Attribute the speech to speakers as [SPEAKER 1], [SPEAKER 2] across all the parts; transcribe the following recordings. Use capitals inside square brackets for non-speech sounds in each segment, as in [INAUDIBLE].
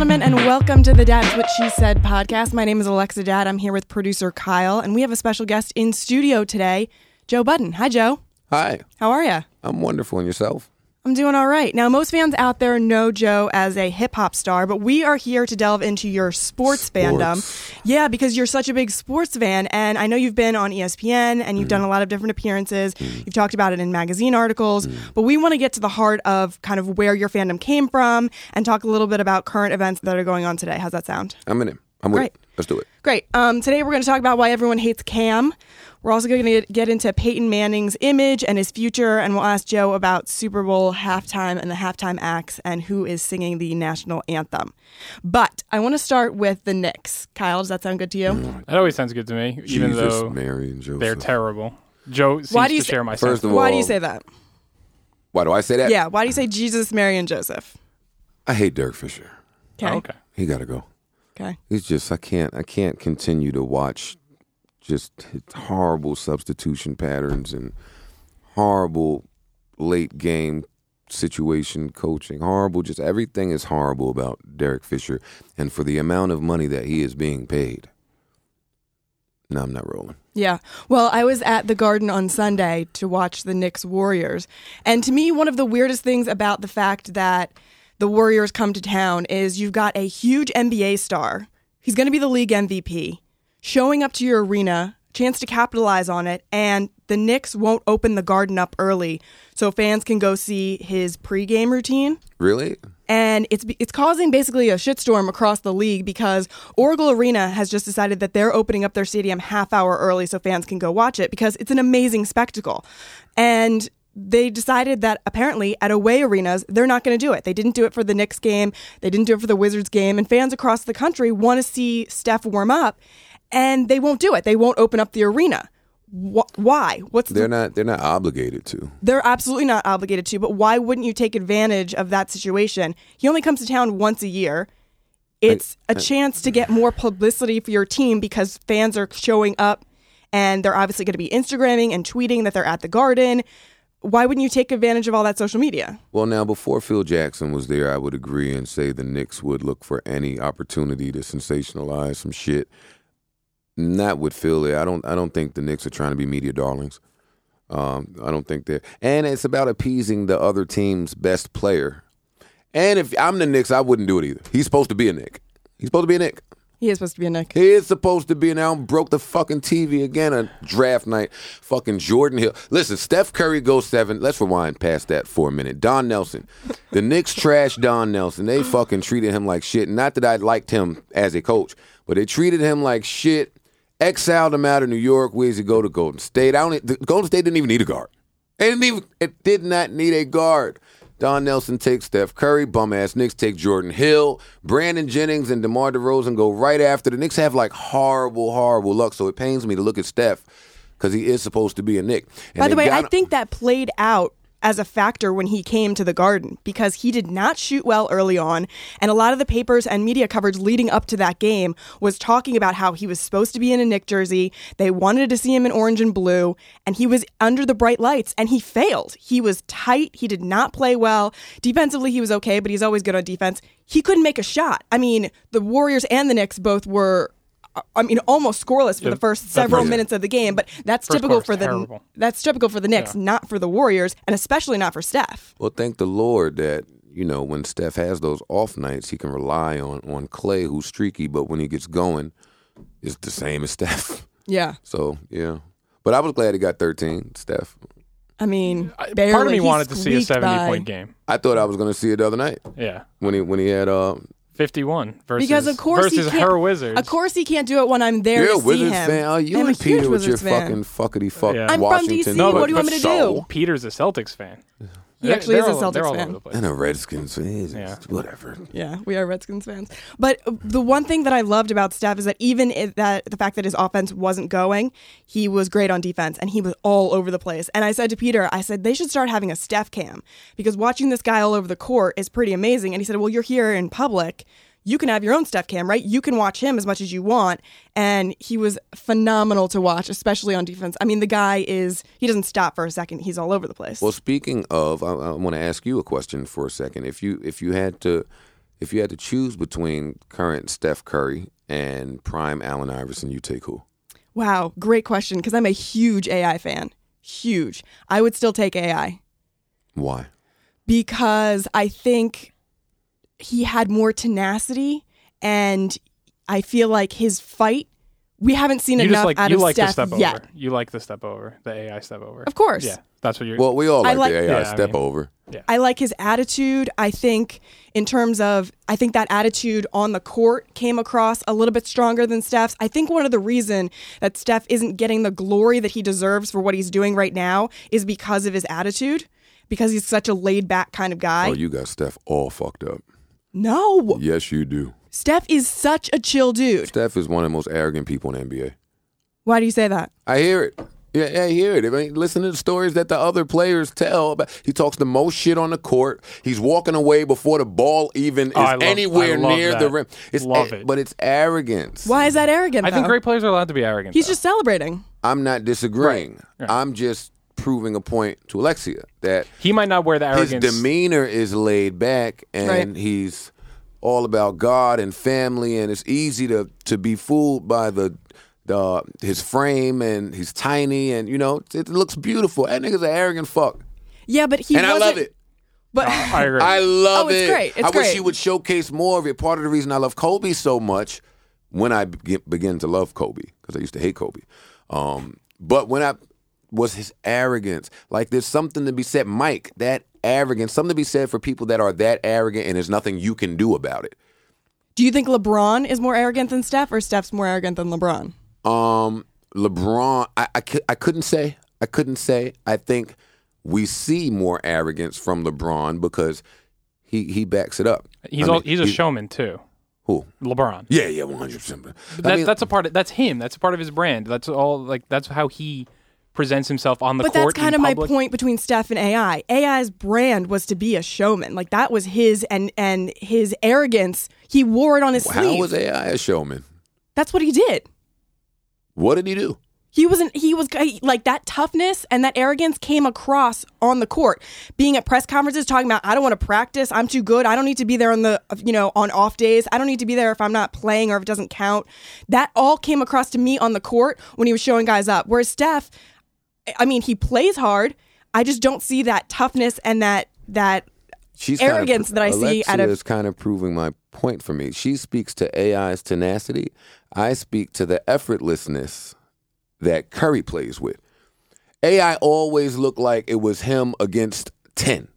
[SPEAKER 1] Welcome to the That's What She Said podcast. My name is Alexa Dad. I'm here with producer Kyle, and we have a special guest in studio today, Joe Budden. Hi, Joe.
[SPEAKER 2] Hi,
[SPEAKER 1] How are you?
[SPEAKER 2] I'm wonderful. And yourself?
[SPEAKER 1] I'm doing all right. Now, most fans out there know Joe as a hip hop star, but we are here to delve into your sports, fandom. Yeah, because you're such a big sports fan, and I know you've been on E ESPN and you've done a lot of different appearances. You've talked about it in magazine articles, but we want to get to the heart of kind of where your fandom came from and talk a little bit about current events that are going on today. How's that sound?
[SPEAKER 2] I'm in it. I'm with
[SPEAKER 1] Great.
[SPEAKER 2] it. Let's do it.
[SPEAKER 1] Great. Um, today we're going to talk about why everyone hates Cam. We're also going to get into Peyton Manning's image and his future, and we'll ask Joe about Super Bowl halftime and the halftime acts and who is singing the national anthem. But I want to start with the Knicks. Kyle, does that sound good to you?
[SPEAKER 3] That always sounds good to me, even
[SPEAKER 2] Jesus,
[SPEAKER 3] though
[SPEAKER 2] Mary and Joseph.
[SPEAKER 3] they're terrible. Joe seems
[SPEAKER 1] Why do you
[SPEAKER 3] to
[SPEAKER 1] say-
[SPEAKER 3] share my
[SPEAKER 2] First
[SPEAKER 3] sentiment.
[SPEAKER 2] of all,
[SPEAKER 1] Why do you say that?
[SPEAKER 2] Why do I say that?
[SPEAKER 1] Yeah. Why do you say Jesus, Mary, and Joseph?
[SPEAKER 2] I hate Derek Fisher.
[SPEAKER 1] Okay.
[SPEAKER 3] Oh, okay.
[SPEAKER 2] He got to go.
[SPEAKER 1] Okay.
[SPEAKER 2] It's just I can't. I can't continue to watch just horrible substitution patterns and horrible late game situation coaching. Horrible. Just everything is horrible about Derek Fisher, and for the amount of money that he is being paid. No, I'm not rolling.
[SPEAKER 1] Yeah. Well, I was at the Garden on Sunday to watch the Knicks Warriors. And to me, one of the weirdest things about the fact that the Warriors come to town is you've got a huge NBA star. He's going to be the league MVP. Showing up to your arena, chance to capitalize on it, and the Knicks won't open the garden up early so fans can go see his pregame routine
[SPEAKER 2] Really?
[SPEAKER 1] and it's it's causing basically a shitstorm across the league because Oracle Arena has just decided that they're opening up their stadium half hour early so fans can go watch it because it's an amazing spectacle, and. They decided that apparently at away arenas, they're not going to do it. They didn't do it for the Knicks game. They didn't do it for the Wizards game. And fans across the country want to see Steph warm up, and they won't do it. They won't open up the arena. Wh- why? What's the
[SPEAKER 2] They're not. They're not obligated to.
[SPEAKER 1] they're absolutely not obligated to, but why wouldn't you take advantage of that situation? He only comes to town once a year. It's a chance to get more publicity for your team because fans are showing up and they're obviously going to be Instagramming and tweeting that they're at the garden. Why wouldn't you take advantage of all that social media?
[SPEAKER 2] Well, now before Phil Jackson was there, I would agree and say the Knicks would look for any opportunity to sensationalize some shit. Not with Phil. there. I don't. I don't think the Knicks are trying to be media darlings. Um, I don't think that. And it's about appeasing the other team's best player. And if I'm the Knicks, I wouldn't do it either. He's supposed to be a Nick. He's supposed to be a Nick.
[SPEAKER 1] He is supposed to be a Nick.
[SPEAKER 2] He is supposed to be now broke the fucking TV again on draft night. Fucking Jordan Hill. Listen, Steph Curry goes seven. Let's rewind past that for a minute. Don Nelson. The Knicks trashed Don Nelson. They fucking treated him like shit. Not that I liked him as a coach, but they treated him like shit. Exiled him out of New York. Where's he go to Golden State? I don't e, the- Golden State didn't even need a guard. They didn't even it did not need a guard. Don Nelson takes Steph Curry, bum ass Knicks take Jordan Hill, Brandon Jennings and DeMar DeRozan go right after. The Knicks have like horrible, horrible luck. So it pains me to look at Steph because he is supposed to be a Nick. And
[SPEAKER 1] By the
[SPEAKER 2] they
[SPEAKER 1] way, I
[SPEAKER 2] got him-
[SPEAKER 1] think that played out as a factor when he came to the garden because he did not shoot well early on. And a lot of the papers and media coverage leading up to that game was talking about how he was supposed to be in a Nick jersey. They wanted to see him in orange and blue, and he was under the bright lights and he failed. He was tight. He did not play well. Defensively, he was okay, but he's always good on defense. He couldn't make a shot. I mean, the Warriors and the Knicks both were. I mean, almost scoreless for the first several
[SPEAKER 3] first-
[SPEAKER 1] minutes of the game, but that's
[SPEAKER 3] First
[SPEAKER 1] typical
[SPEAKER 3] quarter's
[SPEAKER 1] for the
[SPEAKER 3] terrible.
[SPEAKER 1] that's typical for the Knicks, not for the Warriors, and especially not for Steph.
[SPEAKER 2] Well, thank the Lord that you know when Steph has those off nights, he can rely on on Clay, who's streaky, but when he gets going, it's the same as [LAUGHS] Steph.
[SPEAKER 1] Yeah,
[SPEAKER 2] So yeah, but I was glad he got thirteen, Steph.
[SPEAKER 1] I mean,
[SPEAKER 3] I-
[SPEAKER 1] barely.
[SPEAKER 3] Part of me
[SPEAKER 1] He
[SPEAKER 3] wanted to see a
[SPEAKER 1] squeaked
[SPEAKER 3] 70
[SPEAKER 1] by.
[SPEAKER 3] point game.
[SPEAKER 2] I thought I was going to see it the other night
[SPEAKER 3] Yeah.
[SPEAKER 2] when he when he had uh
[SPEAKER 3] 51 versus,
[SPEAKER 1] because of course
[SPEAKER 3] versus
[SPEAKER 1] he can't,
[SPEAKER 3] her Wizards.
[SPEAKER 1] Of course he can't do it when I'm there
[SPEAKER 2] You're a
[SPEAKER 1] to see
[SPEAKER 2] Wizards
[SPEAKER 1] him.
[SPEAKER 2] fan. Oh, you
[SPEAKER 1] I'm a
[SPEAKER 2] and
[SPEAKER 1] huge
[SPEAKER 2] Peter with your
[SPEAKER 1] Wizards fan.
[SPEAKER 2] fucking fuckity fuck
[SPEAKER 3] Yeah. I'm
[SPEAKER 1] from
[SPEAKER 2] Washington.
[SPEAKER 1] DC. No, What do you want me to do?
[SPEAKER 2] so-
[SPEAKER 3] Peter's a Celtics fan.
[SPEAKER 1] He actually is
[SPEAKER 3] They're
[SPEAKER 1] a
[SPEAKER 3] all- they're
[SPEAKER 1] Celtics
[SPEAKER 3] all
[SPEAKER 1] fan.
[SPEAKER 3] over the place.
[SPEAKER 2] And a Redskins fan. It's-
[SPEAKER 3] Yeah.
[SPEAKER 2] Whatever.
[SPEAKER 1] Yeah, we are Redskins fans. But uh, the one thing that I loved about Steph is that even if that the fact that his offense wasn't going, he was great on defense and he was all over the place. And I said to Peter, I said they should start having a Steph cam because watching this guy all over the court is pretty amazing. And he said, "Well, you're here in public. You can have your own Steph cam, right? You can watch him as much as you want." And he was phenomenal to watch, especially on defense. I mean, the guy is he doesn't stop for a second. He's all over the place.
[SPEAKER 2] Well, speaking of, I, I want to ask you a question for a second. If you if you had to If you had to choose between current Steph Curry and prime Allen Iverson, you take who?
[SPEAKER 1] Wow, great question because I'm a huge AI fan. Huge. I would still take AI
[SPEAKER 2] Why?
[SPEAKER 1] because I think he had more tenacity and I feel like his fight we haven't seen
[SPEAKER 3] You
[SPEAKER 1] enough
[SPEAKER 3] just like
[SPEAKER 1] out
[SPEAKER 3] you
[SPEAKER 1] of
[SPEAKER 3] like
[SPEAKER 1] Steph
[SPEAKER 3] the step
[SPEAKER 1] yet.
[SPEAKER 3] over. You like the step over, the AI step over.
[SPEAKER 1] Of course.
[SPEAKER 3] Yeah, that's what you're.
[SPEAKER 2] Well, we all
[SPEAKER 1] I
[SPEAKER 2] like,
[SPEAKER 1] like-
[SPEAKER 2] the AI
[SPEAKER 3] Yeah, I
[SPEAKER 2] step
[SPEAKER 3] mean-
[SPEAKER 2] over.
[SPEAKER 1] I like his attitude. I think in terms of I think that attitude on the court came across a little bit stronger than Steph's. I think one of the reason that Steph isn't getting the glory that he deserves for what he's doing right now is because of his attitude. Because he's such a laid back kind of guy.
[SPEAKER 2] oh, you got Steph all fucked up.
[SPEAKER 1] no.
[SPEAKER 2] Yes, you do.
[SPEAKER 1] Steph is such a chill dude.
[SPEAKER 2] Steph is one of the most arrogant people in the NBA.
[SPEAKER 1] Why do you say that?
[SPEAKER 2] I hear it. Yeah, I hear it. I mean, listen to the stories that the other players tell. About, he talks the most shit on the court. He's walking away before the ball even is
[SPEAKER 3] Oh, I love-
[SPEAKER 2] anywhere
[SPEAKER 3] I love
[SPEAKER 2] near
[SPEAKER 3] that.
[SPEAKER 2] the rim. It's
[SPEAKER 3] Love
[SPEAKER 2] a-
[SPEAKER 3] it.
[SPEAKER 2] but it's arrogance.
[SPEAKER 1] Why is that arrogant?
[SPEAKER 3] I think
[SPEAKER 1] though?
[SPEAKER 3] great players are allowed to be arrogant.
[SPEAKER 1] He's
[SPEAKER 3] though.
[SPEAKER 1] just celebrating.
[SPEAKER 2] I'm not disagreeing. I'm just proving a point to Alexia that
[SPEAKER 3] he might not wear the
[SPEAKER 2] his
[SPEAKER 3] arrogance.
[SPEAKER 2] demeanor is laid back and
[SPEAKER 1] Right.
[SPEAKER 2] he's all about God and family and it's easy to to be fooled by the the his frame and he's tiny and you know it looks beautiful. That nigga's an arrogant fuck.
[SPEAKER 1] Yeah, but he
[SPEAKER 2] and I
[SPEAKER 1] wasn't,
[SPEAKER 2] love it. Ah.
[SPEAKER 1] But
[SPEAKER 3] I agree.
[SPEAKER 2] I love
[SPEAKER 1] Oh, it's
[SPEAKER 2] it.
[SPEAKER 1] great. It's
[SPEAKER 2] I wish
[SPEAKER 1] great.
[SPEAKER 2] he would showcase more of it. Part of the reason I love Kobe so much, when I be- began to love Kobe, because I used to hate Kobe, um, but when I was his arrogance, like there's something to be said, Mike, that arrogance, something to be said for people that are that arrogant and there's nothing you can do about it.
[SPEAKER 1] do you think LeBron is more arrogant than Steph, or Steph's more arrogant than LeBron?
[SPEAKER 2] Um, LeBron, I, I, cou- I couldn't say. I couldn't say. I think we see more arrogance from LeBron because he he backs it up.
[SPEAKER 3] he's
[SPEAKER 2] I
[SPEAKER 3] all,
[SPEAKER 2] mean,
[SPEAKER 3] he's a showman too.
[SPEAKER 2] who?
[SPEAKER 3] LeBron.
[SPEAKER 2] Yeah, yeah, one hundred percent.
[SPEAKER 3] That, that's a part. Of, that's him. That's a part of his brand. That's all. Like that's how he presents himself on the
[SPEAKER 1] But that's
[SPEAKER 3] court. in
[SPEAKER 1] kind of my
[SPEAKER 3] public.
[SPEAKER 1] point between Steph and AI. AI's brand was to be a showman. Like that was his and and his arrogance. He wore it on his
[SPEAKER 2] How
[SPEAKER 1] sleeve.
[SPEAKER 2] was AI a showman?
[SPEAKER 1] that's what he did.
[SPEAKER 2] What did he do?
[SPEAKER 1] He wasn't. He was like that toughness and that arrogance came across on the court, being at press conferences talking about I don't want to practice. I'm too good. I don't need to be there on the you know on off days. I don't need to be there if I'm not playing or if it doesn't count. That all came across to me on the court when he was showing guys up. Whereas Steph, I mean, he plays hard. I just don't see that toughness and that that
[SPEAKER 2] She's
[SPEAKER 1] Arrogance that I see
[SPEAKER 2] Alexia
[SPEAKER 1] out of-
[SPEAKER 2] is kind of proving my point for me. She speaks to AI's tenacity. I speak to the effortlessness that Curry plays with. AI always looked like it was him against ten.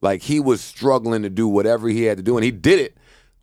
[SPEAKER 2] Like he was struggling to do whatever he had to do, and he did it.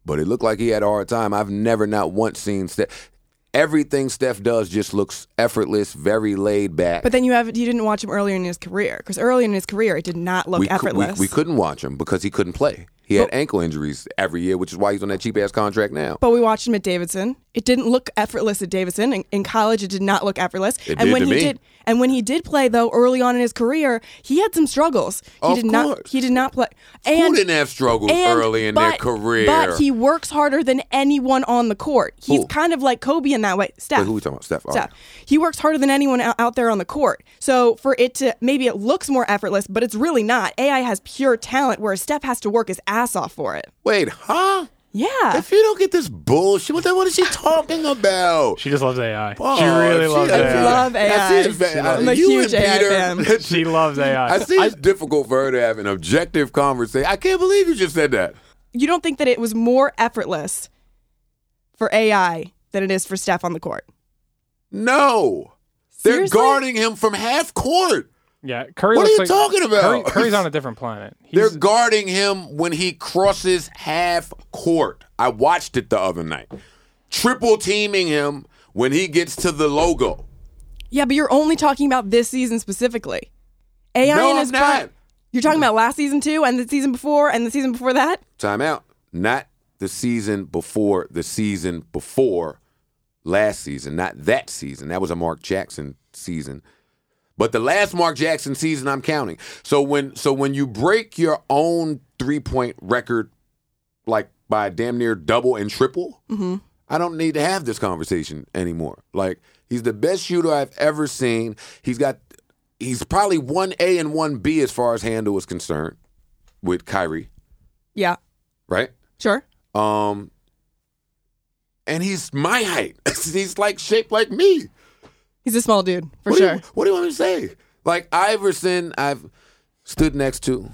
[SPEAKER 2] But it looked like he had a hard time. I've never, not once, seen Steph. Everything Steph does just looks effortless, very laid back.
[SPEAKER 1] But then you have you didn't watch him earlier in his career because earlier in his career it did not look
[SPEAKER 2] we, cou- we-
[SPEAKER 1] effortless.
[SPEAKER 2] we couldn't watch him because he couldn't play. He had ankle injuries every year, which is why he's on that cheap ass contract now.
[SPEAKER 1] but we watched him at Davidson. It didn't look effortless at Davidson. In, in college, it did not look effortless.
[SPEAKER 2] It
[SPEAKER 1] and
[SPEAKER 2] did
[SPEAKER 1] when
[SPEAKER 2] to
[SPEAKER 1] he
[SPEAKER 2] me.
[SPEAKER 1] did, and when he did play though, early on in his career, he had some struggles. He
[SPEAKER 2] Of
[SPEAKER 1] did
[SPEAKER 2] course.
[SPEAKER 1] not. He did not play. And,
[SPEAKER 2] Who didn't have struggles
[SPEAKER 1] and-
[SPEAKER 2] early in their
[SPEAKER 1] but-
[SPEAKER 2] career?
[SPEAKER 1] But he works harder than anyone on the court. He's
[SPEAKER 2] Who?
[SPEAKER 1] kind of like Kobe in that way. Steph.
[SPEAKER 2] Wait, who we talking about? Steph. All
[SPEAKER 1] Steph. He works harder than anyone out, out there on the court. So for it to maybe it looks more effortless, but it's really not. AI has pure talent, whereas Steph has to work his ass off for it.
[SPEAKER 2] Wait, huh?
[SPEAKER 1] Yeah.
[SPEAKER 2] If you don't get this bullshit, what, the, what is she talking about?
[SPEAKER 3] She just loves AI.
[SPEAKER 2] Oh,
[SPEAKER 3] she really loves
[SPEAKER 2] I
[SPEAKER 3] AI.
[SPEAKER 1] love AI.
[SPEAKER 2] That's it.
[SPEAKER 1] I'm a
[SPEAKER 2] you
[SPEAKER 1] huge
[SPEAKER 2] and
[SPEAKER 1] AI
[SPEAKER 2] Peter,
[SPEAKER 3] [LAUGHS]
[SPEAKER 1] fan.
[SPEAKER 3] she loves AI.
[SPEAKER 2] I see it's difficult for her to have an objective conversation. I can't believe you just said that.
[SPEAKER 1] You don't think that it was more effortless for AI than it is for Steph on the court?
[SPEAKER 2] No. They're
[SPEAKER 1] Seriously?
[SPEAKER 2] guarding him from half court.
[SPEAKER 3] yeah, Curry.
[SPEAKER 2] What are
[SPEAKER 3] looks
[SPEAKER 2] you
[SPEAKER 3] like-
[SPEAKER 2] talking about?
[SPEAKER 3] Curry- Curry's on [LAUGHS] a different planet.
[SPEAKER 2] They're
[SPEAKER 3] He's-
[SPEAKER 2] guarding him when he crosses half court. I watched it the other night. Triple teaming him when he gets to the logo.
[SPEAKER 1] Yeah, but you're only talking about this season specifically. AI
[SPEAKER 2] No,
[SPEAKER 1] in
[SPEAKER 2] I'm
[SPEAKER 1] his prime-
[SPEAKER 2] not.
[SPEAKER 1] You're talking about last season too, and the season before, and the season before that.
[SPEAKER 2] Time out. Not the season before the season before last season, not that season. That was a Mark Jackson season. But the last Mark Jackson season I'm counting. So when so when you break your own three-point record like by damn near double and triple, I don't need to have this conversation anymore. Like he's the best shooter I've ever seen. He's got he's probably 1A and 1B as far as handle is concerned with Kyrie,
[SPEAKER 1] Yeah.
[SPEAKER 2] right?
[SPEAKER 1] Sure.
[SPEAKER 2] Um, and he's my height. [LAUGHS] he's like shaped like me.
[SPEAKER 1] He's a small dude, for
[SPEAKER 2] what
[SPEAKER 1] sure.
[SPEAKER 2] Do you, what do you want me to say? Like Iverson, I've stood next to.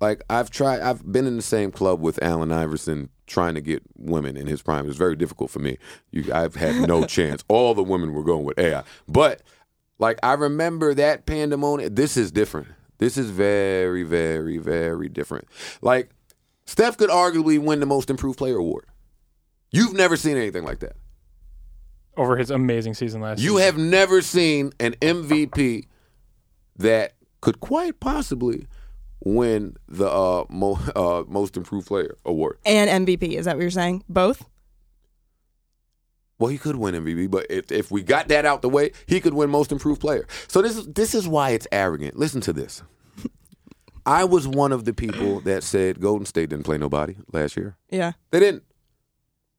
[SPEAKER 2] Like I've tried. I've been in the same club with Allen Iverson trying to get women in his prime. It was very difficult for me. You, I've had
[SPEAKER 1] [LAUGHS]
[SPEAKER 2] no chance. All the women were going with AI. But like I remember that pandemonium. This is different. This is very, very, very different. Like Steph could arguably win the Most Improved Player award. You've never seen anything like that.
[SPEAKER 3] over his amazing season last
[SPEAKER 2] You
[SPEAKER 3] year.
[SPEAKER 2] have never seen an MVP that could quite possibly win the uh, mo- uh, most improved player award.
[SPEAKER 1] And MVP, is that what you're saying? Both?
[SPEAKER 2] Well, he could win MVP, but if, if we got that out the way, he could win most improved player. So this is this is why it's arrogant. Listen to this. I was one of the people that said Golden State didn't play nobody last year.
[SPEAKER 1] Yeah.
[SPEAKER 2] They didn't.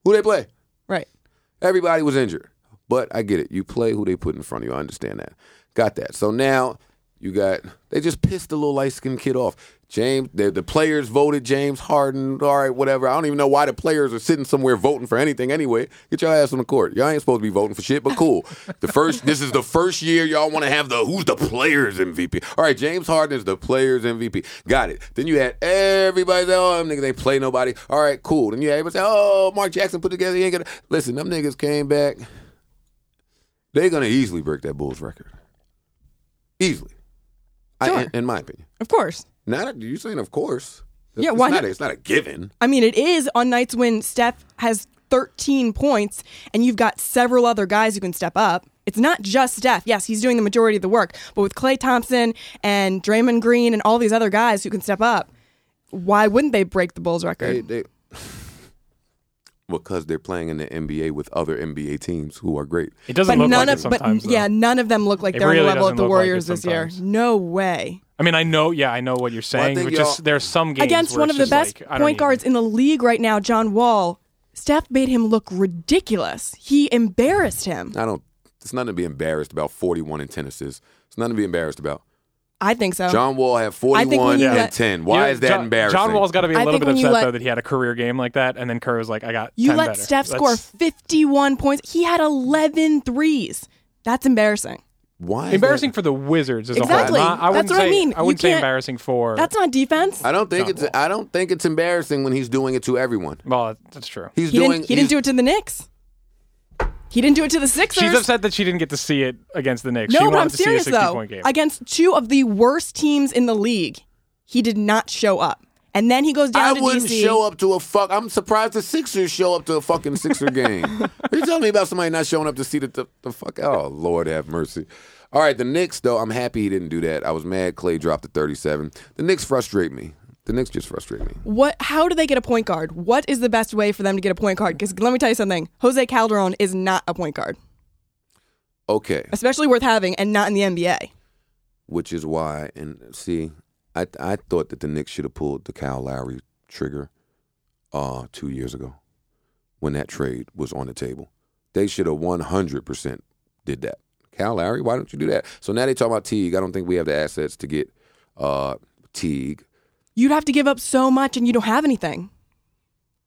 [SPEAKER 2] Who they play?
[SPEAKER 1] Right.
[SPEAKER 2] Everybody was injured. But I get it. You play who they put in front of you. I understand that. Got that. So now you got they just pissed the little light skinned kid off. James the, the players voted James Harden. All right, whatever. I don't even know why the players are sitting somewhere voting for anything anyway. Get your ass on the court. Y'all ain't supposed to be voting for shit, but cool. The first this is the first year y'all want to have the who's the players MVP. All right, James Harden is the players MVP. Got it. Then you had everybody say, oh, them niggas ain't play nobody. All right, cool. Then you had everybody say, oh, Mark Jackson put together. He ain't gonna listen. Them niggas came back. They're gonna easily break that Bulls record. Easily,
[SPEAKER 1] Sure.
[SPEAKER 2] I, in, in my opinion.
[SPEAKER 1] Of course.
[SPEAKER 2] Not you saying, of course.
[SPEAKER 1] Yeah,
[SPEAKER 2] it's
[SPEAKER 1] why
[SPEAKER 2] Not
[SPEAKER 1] not?
[SPEAKER 2] a, it's not a given.
[SPEAKER 1] I mean, it is on nights when Steph has 13 points and you've got several other guys who can step up. It's not just Steph. Yes, he's doing the majority of the work, but with Clay Thompson and Draymond Green and all these other guys who can step up, why wouldn't they break the Bulls record?
[SPEAKER 2] They, they, because they're playing in the NBA with other NBA teams who are great.
[SPEAKER 3] It doesn't
[SPEAKER 1] but
[SPEAKER 3] look
[SPEAKER 1] none
[SPEAKER 3] like it
[SPEAKER 1] of, but
[SPEAKER 3] sometimes. though.
[SPEAKER 1] yeah, none of them look like
[SPEAKER 3] It
[SPEAKER 1] they're on
[SPEAKER 3] really
[SPEAKER 1] the level of
[SPEAKER 3] doesn't
[SPEAKER 1] the
[SPEAKER 3] look like it
[SPEAKER 1] Warriors this year.
[SPEAKER 3] sometimes.
[SPEAKER 1] No way.
[SPEAKER 3] I mean, I know. Yeah, I know what you're saying.
[SPEAKER 2] think
[SPEAKER 3] but just
[SPEAKER 2] y'all-
[SPEAKER 3] there are some games
[SPEAKER 1] Against
[SPEAKER 3] where
[SPEAKER 1] one
[SPEAKER 3] it's
[SPEAKER 1] of the
[SPEAKER 3] just
[SPEAKER 1] best
[SPEAKER 3] like, I don't
[SPEAKER 1] point
[SPEAKER 3] even-
[SPEAKER 1] guards in the league right now, John Wall, Steph made him look ridiculous. He embarrassed him.
[SPEAKER 2] I don't. It's nothing to be embarrassed about. Forty-one and ten assists. It's nothing to be embarrassed about.
[SPEAKER 1] I think so.
[SPEAKER 2] John Wall
[SPEAKER 1] Um, I
[SPEAKER 2] had
[SPEAKER 1] think when
[SPEAKER 2] forty-one
[SPEAKER 1] you
[SPEAKER 2] and
[SPEAKER 1] let-
[SPEAKER 2] ten. Why
[SPEAKER 3] You-
[SPEAKER 2] is that
[SPEAKER 3] John,
[SPEAKER 2] embarrassing?
[SPEAKER 3] John Wall's got to be a
[SPEAKER 1] I
[SPEAKER 3] little
[SPEAKER 1] think
[SPEAKER 3] bit
[SPEAKER 1] when you
[SPEAKER 3] upset
[SPEAKER 1] let-
[SPEAKER 3] though that he had a career game like that, and then Curry was like, "I got
[SPEAKER 1] You
[SPEAKER 3] 10
[SPEAKER 1] let
[SPEAKER 3] better."
[SPEAKER 1] Steph
[SPEAKER 3] That's-
[SPEAKER 1] score 51 points. He had 11 threes. That's embarrassing.
[SPEAKER 2] Why is
[SPEAKER 3] Embarrassing
[SPEAKER 2] that-
[SPEAKER 3] for the Wizards as
[SPEAKER 1] Exactly.
[SPEAKER 3] a whole. Not- I
[SPEAKER 1] That's
[SPEAKER 3] wouldn't
[SPEAKER 1] what I
[SPEAKER 3] say.
[SPEAKER 1] mean. You
[SPEAKER 3] wouldn't say
[SPEAKER 1] can't-
[SPEAKER 3] embarrassing for.
[SPEAKER 1] That's not defense.
[SPEAKER 2] I don't think it's.
[SPEAKER 3] John
[SPEAKER 2] I don't think it's embarrassing when he's doing it to everyone.
[SPEAKER 3] well, that's true.
[SPEAKER 2] He's
[SPEAKER 1] he
[SPEAKER 2] doing.
[SPEAKER 1] didn't, he
[SPEAKER 2] he's-
[SPEAKER 1] didn't do it to the Knicks. He didn't do it to the Sixers.
[SPEAKER 3] She's upset that she didn't get to see it against the Knicks. she
[SPEAKER 1] no, but
[SPEAKER 3] wanted
[SPEAKER 1] I'm
[SPEAKER 3] to
[SPEAKER 1] serious
[SPEAKER 3] see a 60
[SPEAKER 1] though.
[SPEAKER 3] point game.
[SPEAKER 1] Against two of the worst teams in the league, he did not show up. And then he goes down
[SPEAKER 2] I
[SPEAKER 1] to
[SPEAKER 2] wouldn't
[SPEAKER 1] DC.
[SPEAKER 2] show up to a fuck. I'm surprised the Sixers show up to a fucking
[SPEAKER 1] [LAUGHS]
[SPEAKER 2] Sixer game. you telling me about somebody not showing up to see the, the, the fuck? Oh Lord, have mercy. All right, the Knicks though. I'm happy he didn't do that. I was mad Clay dropped to 37. The Knicks frustrate me. The Knicks just frustrate me.
[SPEAKER 1] What? How do they get a point guard? What is the best way for them to get a point guard? Because let me tell you something. Jose Calderon is not a point guard,
[SPEAKER 2] Okay,
[SPEAKER 1] especially worth having, and not in the NBA.
[SPEAKER 2] which is why and see, I I thought that the Knicks should have pulled the Kyle Lowry trigger, uh, two years ago, when that trade was on the table. They should have one hundred percent did that. Cal Lowry, why don't you do that? So now they talk about Teague. I don't think we have the assets to get uh, Teague.
[SPEAKER 1] You'd have to give up so much, and you don't have anything.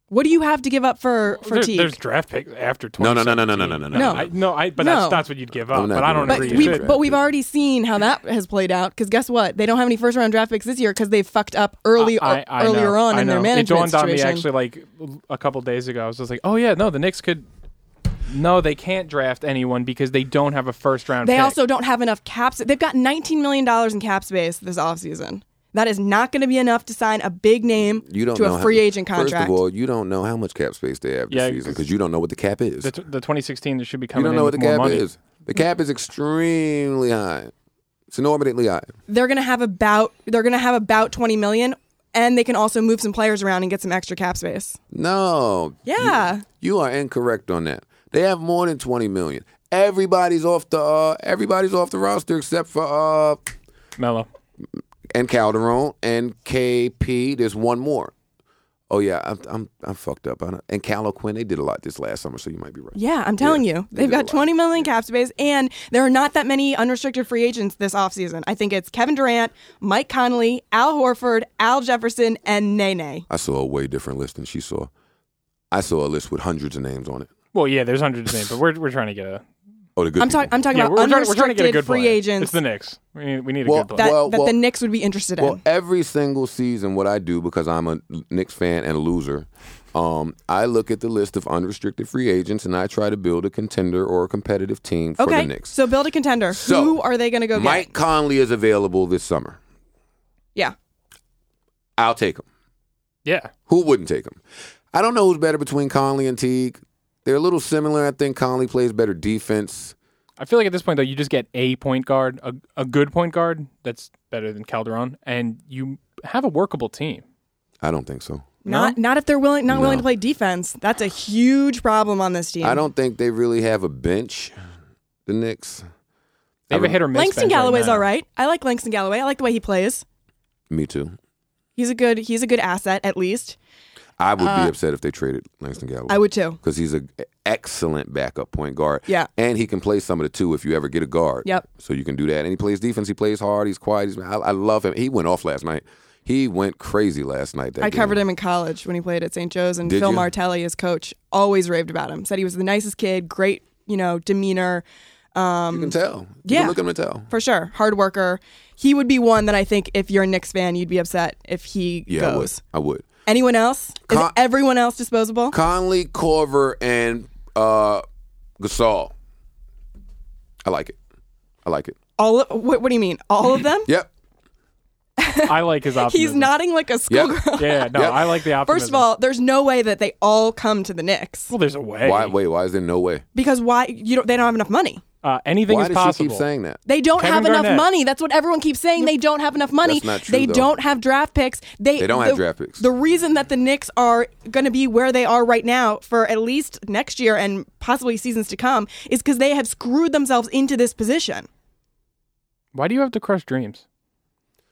[SPEAKER 1] What do you have to give up for for
[SPEAKER 3] There-
[SPEAKER 1] Teague?
[SPEAKER 3] There's draft pick after
[SPEAKER 2] No,
[SPEAKER 3] 20.
[SPEAKER 2] no, no, no, no, no, no, no, no.
[SPEAKER 1] No.
[SPEAKER 3] I, no, I, but that's
[SPEAKER 1] No.
[SPEAKER 3] that's what you'd give
[SPEAKER 2] I'm
[SPEAKER 3] up.
[SPEAKER 2] not
[SPEAKER 3] But I
[SPEAKER 2] doing
[SPEAKER 3] don't
[SPEAKER 2] that.
[SPEAKER 1] but
[SPEAKER 3] agree.
[SPEAKER 2] Agreed.
[SPEAKER 3] with
[SPEAKER 1] we
[SPEAKER 3] it.
[SPEAKER 2] Draft
[SPEAKER 1] but we've
[SPEAKER 2] pick.
[SPEAKER 1] already seen how that has played out. Because guess what? They don't have any first round draft picks this year because they fucked up early
[SPEAKER 3] I- I
[SPEAKER 1] earlier
[SPEAKER 3] know,
[SPEAKER 1] on
[SPEAKER 3] I
[SPEAKER 1] in their
[SPEAKER 3] know.
[SPEAKER 1] management
[SPEAKER 3] It dawned on me
[SPEAKER 1] situation.
[SPEAKER 3] actually like l- a couple days ago. I was just like, oh yeah, no, the Knicks could. No, they can't draft anyone because they don't have a first round.
[SPEAKER 1] they
[SPEAKER 3] pick.
[SPEAKER 1] also don't have enough caps. They've got 19 million dollars in cap space this offseason. That is not going to be enough to sign a big name
[SPEAKER 2] You don't
[SPEAKER 1] to
[SPEAKER 2] know
[SPEAKER 1] a free
[SPEAKER 2] how,
[SPEAKER 1] agent contract.
[SPEAKER 2] First of all, you don't know how much cap space they have this
[SPEAKER 3] Yeah,
[SPEAKER 2] season
[SPEAKER 3] 'cause-
[SPEAKER 2] because you don't know what the cap is.
[SPEAKER 3] the, t- the 2016 that should be
[SPEAKER 2] You
[SPEAKER 3] coming.
[SPEAKER 2] don't
[SPEAKER 3] in
[SPEAKER 2] know what
[SPEAKER 3] with
[SPEAKER 2] the
[SPEAKER 3] more
[SPEAKER 2] cap
[SPEAKER 3] money.
[SPEAKER 2] is. The cap is extremely high. It's inordinately high.
[SPEAKER 1] they're going to have about they're going to have about 20 million, and they can also move some players around and get some extra cap space.
[SPEAKER 2] No.
[SPEAKER 1] Yeah.
[SPEAKER 2] You, you are incorrect on that. They have more than 20 million. Everybody's off the uh, everybody's off the roster except for uh
[SPEAKER 3] Mello.
[SPEAKER 2] and Calderon and KP. There's one more. Oh yeah, I'm I'm, I'm fucked up. I don't- and Cal O'Quinn, they did a lot this last summer, so you might be right.
[SPEAKER 1] Yeah, I'm telling
[SPEAKER 2] Yeah,
[SPEAKER 1] you.
[SPEAKER 2] they
[SPEAKER 1] They've
[SPEAKER 2] did a
[SPEAKER 1] got
[SPEAKER 2] lot.
[SPEAKER 1] 20 million cap space, and there are not that many unrestricted free agents this offseason. I think it's Kevin Durant, Mike Conley, Al Horford, Al Jefferson, and Nene.
[SPEAKER 2] I saw a way different list than she saw. I saw a list with hundreds of names on it.
[SPEAKER 3] Well, yeah, there's hundreds of names, but we're we're trying to get a
[SPEAKER 2] Oh, the good.
[SPEAKER 1] I'm,
[SPEAKER 2] people.
[SPEAKER 1] talk- I'm talking
[SPEAKER 3] yeah,
[SPEAKER 1] about
[SPEAKER 3] we're, we're trying,
[SPEAKER 1] unrestricted
[SPEAKER 3] we're trying to get a good
[SPEAKER 1] free
[SPEAKER 3] player. It's
[SPEAKER 1] agents
[SPEAKER 3] the Knicks. We need, we need
[SPEAKER 2] Well,
[SPEAKER 3] a good player.
[SPEAKER 1] that,
[SPEAKER 2] Well,
[SPEAKER 1] that
[SPEAKER 2] well-
[SPEAKER 1] the Knicks would be interested
[SPEAKER 2] Well,
[SPEAKER 1] in.
[SPEAKER 2] every single season, what I do because I'm a Knicks fan and a loser, um, I look at the list of unrestricted free agents and I try to build a contender or a competitive team for the
[SPEAKER 1] Okay,
[SPEAKER 2] Knicks.
[SPEAKER 1] so build a contender.
[SPEAKER 2] So,
[SPEAKER 1] Who are they going to go
[SPEAKER 2] Mike
[SPEAKER 1] get?
[SPEAKER 2] Conley is available this summer.
[SPEAKER 1] Yeah.
[SPEAKER 2] I'll take him.
[SPEAKER 3] yeah,
[SPEAKER 2] Who wouldn't take him? I don't know who's better between Conley and Teague. They're a little similar. I think Conley plays better defense.
[SPEAKER 3] I feel like at this point though, you just get a point guard, a, a good point guard that's better than Calderon, and you have a workable team.
[SPEAKER 2] I don't think so.
[SPEAKER 1] Not not if they're willing not willing to play defense. That's a huge problem on this team.
[SPEAKER 2] I don't think they really have a bench. The Knicks.
[SPEAKER 3] They have a hit or miss.
[SPEAKER 1] Langston
[SPEAKER 3] bench right
[SPEAKER 1] Galloway's
[SPEAKER 3] now.
[SPEAKER 1] all right. I like Langston Galloway. I like the way he plays.
[SPEAKER 2] Me too.
[SPEAKER 1] He's a good he's a good asset at least.
[SPEAKER 2] I would be upset if they traded Langston Galloway.
[SPEAKER 1] I would too.
[SPEAKER 2] because he's an excellent backup point guard.
[SPEAKER 1] Yeah.
[SPEAKER 2] and he can play some of the two if you ever get a guard.
[SPEAKER 1] Yep.
[SPEAKER 2] So you can do that, and he plays defense. He plays hard. He's quiet. He's, I, I love him. He went off last night. He went crazy last night. That
[SPEAKER 1] I
[SPEAKER 2] game.
[SPEAKER 1] covered him in college when he played at St. Joe's, and
[SPEAKER 2] Did
[SPEAKER 1] Phil
[SPEAKER 2] you?
[SPEAKER 1] Martelli, his coach, always raved about him. Said he was the nicest kid, great, you know, demeanor,
[SPEAKER 2] You can tell. You
[SPEAKER 1] Yeah.
[SPEAKER 2] can look at him and tell.
[SPEAKER 1] for sure, hard worker. He would be one that I think if you're a Knicks fan, you'd be upset if he
[SPEAKER 2] Yeah,
[SPEAKER 1] goes.
[SPEAKER 2] I would. I would.
[SPEAKER 1] Anyone else? Is
[SPEAKER 2] Con-
[SPEAKER 1] everyone else disposable?
[SPEAKER 2] Conley, Corver, and uh, Gasol. I like it. I like it.
[SPEAKER 1] All of, what, what do you mean? All of
[SPEAKER 2] [LAUGHS]
[SPEAKER 1] them?
[SPEAKER 2] Yep.
[SPEAKER 3] I like his optimism.
[SPEAKER 1] He's nodding like a [LAUGHS]
[SPEAKER 2] Yep.
[SPEAKER 1] schoolgirl.
[SPEAKER 3] Yeah, no,
[SPEAKER 2] Yep.
[SPEAKER 3] I like the optimism.
[SPEAKER 1] First of all, there's no way that they all come to the Knicks
[SPEAKER 3] well, there's a way.
[SPEAKER 2] Why? Wait. Why is there no way?
[SPEAKER 1] because why? You don't. They don't have enough money.
[SPEAKER 3] Uh, anything
[SPEAKER 2] Why
[SPEAKER 3] is
[SPEAKER 2] does
[SPEAKER 3] possible.
[SPEAKER 2] she keep saying that?
[SPEAKER 1] They don't
[SPEAKER 3] Kevin
[SPEAKER 1] have enough
[SPEAKER 3] Garnett.
[SPEAKER 1] money. That's what everyone keeps saying. They don't have enough money.
[SPEAKER 2] That's not true,
[SPEAKER 1] they
[SPEAKER 2] though.
[SPEAKER 1] don't have draft picks. They,
[SPEAKER 2] They don't
[SPEAKER 1] the-
[SPEAKER 2] have draft picks.
[SPEAKER 1] The reason that the Knicks are going to be where they are right now for at least next year and possibly seasons to come is because they have screwed themselves into this position.
[SPEAKER 3] Why do you have to crush dreams?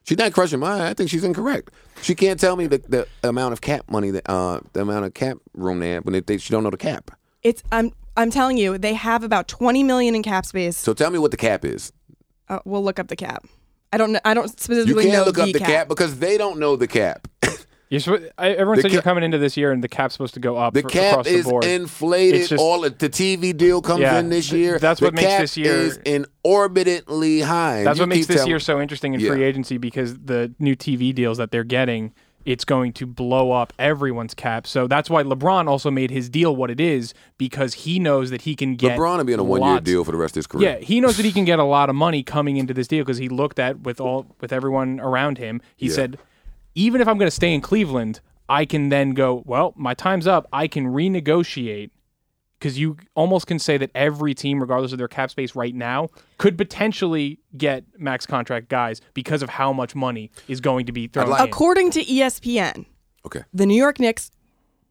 [SPEAKER 2] She's not crushing mine. I think she's incorrect. She can't tell me the, the amount of cap money that uh, the amount of cap room they have when they, they she don't know the cap.
[SPEAKER 1] It's I'm I'm telling you, they have about 20 million in cap space.
[SPEAKER 2] So tell me what the cap is.
[SPEAKER 1] uh, we'll look up the cap. I don't kn- I don't
[SPEAKER 2] You
[SPEAKER 1] specifically know
[SPEAKER 2] can't look
[SPEAKER 1] the
[SPEAKER 2] up the
[SPEAKER 1] cap.
[SPEAKER 2] cap. because they don't know the cap. [LAUGHS]
[SPEAKER 3] You're sw- I, everyone
[SPEAKER 2] The
[SPEAKER 3] said you're
[SPEAKER 2] ca-
[SPEAKER 3] coming into this year and the cap's supposed to go up
[SPEAKER 2] The
[SPEAKER 3] for,
[SPEAKER 2] cap
[SPEAKER 3] across
[SPEAKER 2] is
[SPEAKER 3] the board.
[SPEAKER 2] inflated.
[SPEAKER 3] It's just-
[SPEAKER 2] All the TV deal comes
[SPEAKER 3] Yeah,
[SPEAKER 2] in this
[SPEAKER 3] th-
[SPEAKER 2] year.
[SPEAKER 3] that's
[SPEAKER 2] The
[SPEAKER 3] what makes
[SPEAKER 2] cap
[SPEAKER 3] this year-
[SPEAKER 2] is inordinately high. And
[SPEAKER 3] That's
[SPEAKER 2] you
[SPEAKER 3] what makes
[SPEAKER 2] keep
[SPEAKER 3] this
[SPEAKER 2] telling-
[SPEAKER 3] year so interesting in
[SPEAKER 2] Yeah.
[SPEAKER 3] free agency because the new TV deals that they're getting, it's going to blow up everyone's cap. So that's why LeBron also made his deal what it is because he knows that he can get
[SPEAKER 2] LeBron will be on a one-year
[SPEAKER 3] lots-
[SPEAKER 2] deal for the rest of his career.
[SPEAKER 3] Yeah, he knows that he can get a lot of money coming into this deal because he looked at with all with everyone around him. He said, even if I'm going to stay in Cleveland, I can then go. Well, my time's up. I can renegotiate because you almost can say that every team, regardless of their cap space right now, could potentially get max contract guys because of how much money is going to be thrown.
[SPEAKER 2] like-
[SPEAKER 3] in.
[SPEAKER 1] According to E ESPN,
[SPEAKER 2] Okay.
[SPEAKER 1] the New York Knicks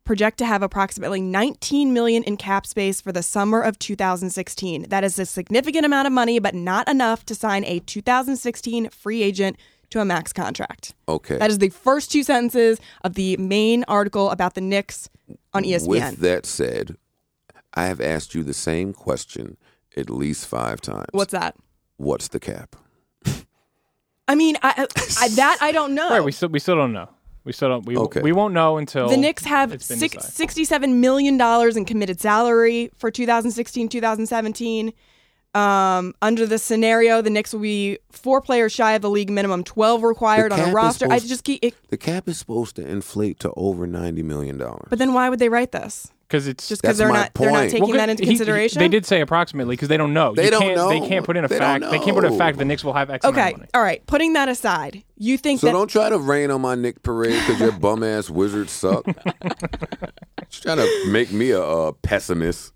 [SPEAKER 1] project to have approximately 19 million in cap space for the summer of 2016. That is a significant amount of money, but not enough to sign a 2016 free agent to a max contract.
[SPEAKER 2] Okay.
[SPEAKER 1] That is the first two sentences of the main article about the Knicks on E ESPN.
[SPEAKER 2] With that said, I have asked you the same question at least five times.
[SPEAKER 1] What's that?
[SPEAKER 2] What's the cap?
[SPEAKER 1] I mean, I, I, that I don't know.
[SPEAKER 3] right? We still we still don't know. We still don't. We
[SPEAKER 2] Okay.
[SPEAKER 3] we won't know until
[SPEAKER 1] The Knicks have
[SPEAKER 3] Oh, it's been
[SPEAKER 1] six,
[SPEAKER 3] decided.
[SPEAKER 1] $67 million in committed salary for 2016 2017. Um, under the scenario, the Knicks will be four players shy of the league minimum, 12 required
[SPEAKER 2] The
[SPEAKER 1] on
[SPEAKER 2] cap
[SPEAKER 1] a
[SPEAKER 2] is
[SPEAKER 1] roster. I
[SPEAKER 2] supposed-
[SPEAKER 1] just keep it,
[SPEAKER 2] The cap is supposed to inflate to over ninety million dollars.
[SPEAKER 1] but then why would they write this?
[SPEAKER 3] because it's
[SPEAKER 1] Just because
[SPEAKER 2] That's
[SPEAKER 1] they're
[SPEAKER 2] my
[SPEAKER 1] not, they're not
[SPEAKER 2] point.
[SPEAKER 1] taking
[SPEAKER 3] Well,
[SPEAKER 1] that into
[SPEAKER 3] he- he-
[SPEAKER 1] consideration?
[SPEAKER 3] they did say approximately because they don't know.
[SPEAKER 2] They
[SPEAKER 3] You
[SPEAKER 2] don't
[SPEAKER 3] can't- They
[SPEAKER 2] know.
[SPEAKER 3] can't put in a
[SPEAKER 2] They don't
[SPEAKER 3] fact. They can't put in a
[SPEAKER 2] know.
[SPEAKER 3] fact the Knicks will have X
[SPEAKER 1] Okay.
[SPEAKER 3] amount of money.
[SPEAKER 1] All right. Putting that aside, you think
[SPEAKER 2] So
[SPEAKER 1] that
[SPEAKER 2] don't try to rain on my Nick Parade because your bum ass
[SPEAKER 1] [LAUGHS]
[SPEAKER 2] wizards suck. She's trying to make me a, uh pessimist.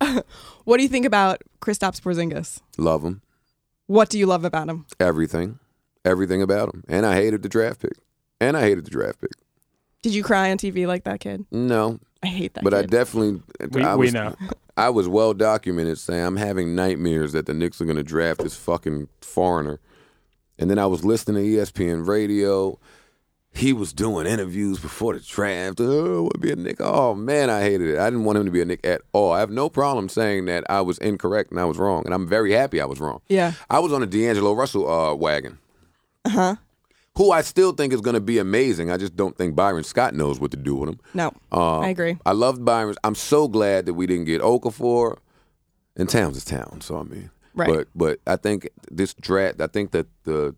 [SPEAKER 1] what do you think about Kristaps Porzingis?
[SPEAKER 2] Love him,
[SPEAKER 1] What do you love about him?
[SPEAKER 2] everything, everything about him, and I hated the draft pick, and I hated the draft pick.
[SPEAKER 1] Did you cry on TV like that kid?
[SPEAKER 2] No,
[SPEAKER 1] I hate that
[SPEAKER 2] but I
[SPEAKER 1] kid.
[SPEAKER 2] definitely
[SPEAKER 3] We-
[SPEAKER 2] I
[SPEAKER 3] we
[SPEAKER 2] was,
[SPEAKER 3] know.
[SPEAKER 2] [LAUGHS] I was well documented saying I'm having nightmares that the Knicks are going to draft E this fucking foreigner, and then I was listening to ESPN radio. he was doing interviews before the draft. Oh, would be a Nick. Oh man, I hated it. I didn't want him to be a Nick at all. I have no problem saying that I was incorrect and I was wrong, and I'm very happy I was wrong.
[SPEAKER 1] Yeah.
[SPEAKER 2] I was on a D'Angelo Russell uh, wagon. Uh huh. Who I still think is going to be amazing. I just don't think Byron Scott knows what to do with him.
[SPEAKER 1] No,
[SPEAKER 2] Uh,
[SPEAKER 1] I agree.
[SPEAKER 2] Um, I loved Byron. I'm so glad that we didn't get Okafor. And Towns is Towns, so I mean,
[SPEAKER 1] Right.
[SPEAKER 2] But but I think this draft. I think that the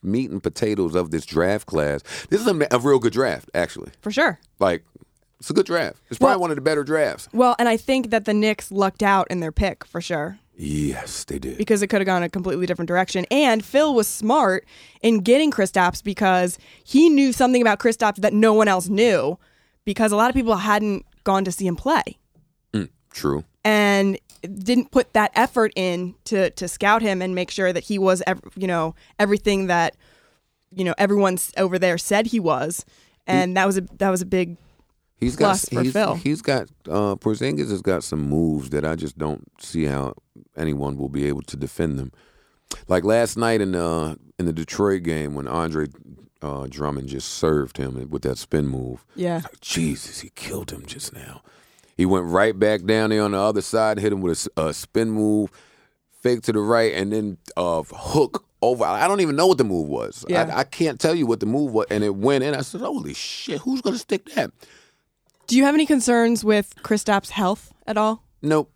[SPEAKER 2] meat and potatoes of this draft class. This is a, a real good draft, actually.
[SPEAKER 1] For sure.
[SPEAKER 2] Like it's a good draft. It's probably
[SPEAKER 1] Well-
[SPEAKER 2] one of the better drafts.
[SPEAKER 1] Well, and I think that the Knicks lucked out in their pick for sure
[SPEAKER 2] Yes, they did.
[SPEAKER 1] because it could have gone a completely different direction. And Phil was smart in getting Kristaps because he knew something about Kristaps that no one else knew because a lot of people hadn't gone to see him play
[SPEAKER 2] True.
[SPEAKER 1] and didn't put that effort in to to scout him and make sure that he was ev- you know everything that you know everyone s- over there said he was. And that was a that was a big
[SPEAKER 2] He's
[SPEAKER 1] Plus
[SPEAKER 2] got
[SPEAKER 1] for
[SPEAKER 2] he's,
[SPEAKER 1] Phil.
[SPEAKER 2] he's got uh Porzingis has got some moves that I just don't see how anyone will be able to defend them. Like last night in the in the Detroit game when Andre uh, Drummond just served him with that spin move.
[SPEAKER 1] yeah
[SPEAKER 2] Like, Jesus, he killed him just now. He went right back down there on the other side, hit him with a s- a, spin move, fake to the right, and then uh, hook over. I don't even know what the move was. I-
[SPEAKER 1] Yeah.
[SPEAKER 2] I, can't tell you what the move was. And it went in. I said, holy shit, who's going to stick that?
[SPEAKER 1] Do you have any concerns with Kristaps' health at all?
[SPEAKER 2] Nope.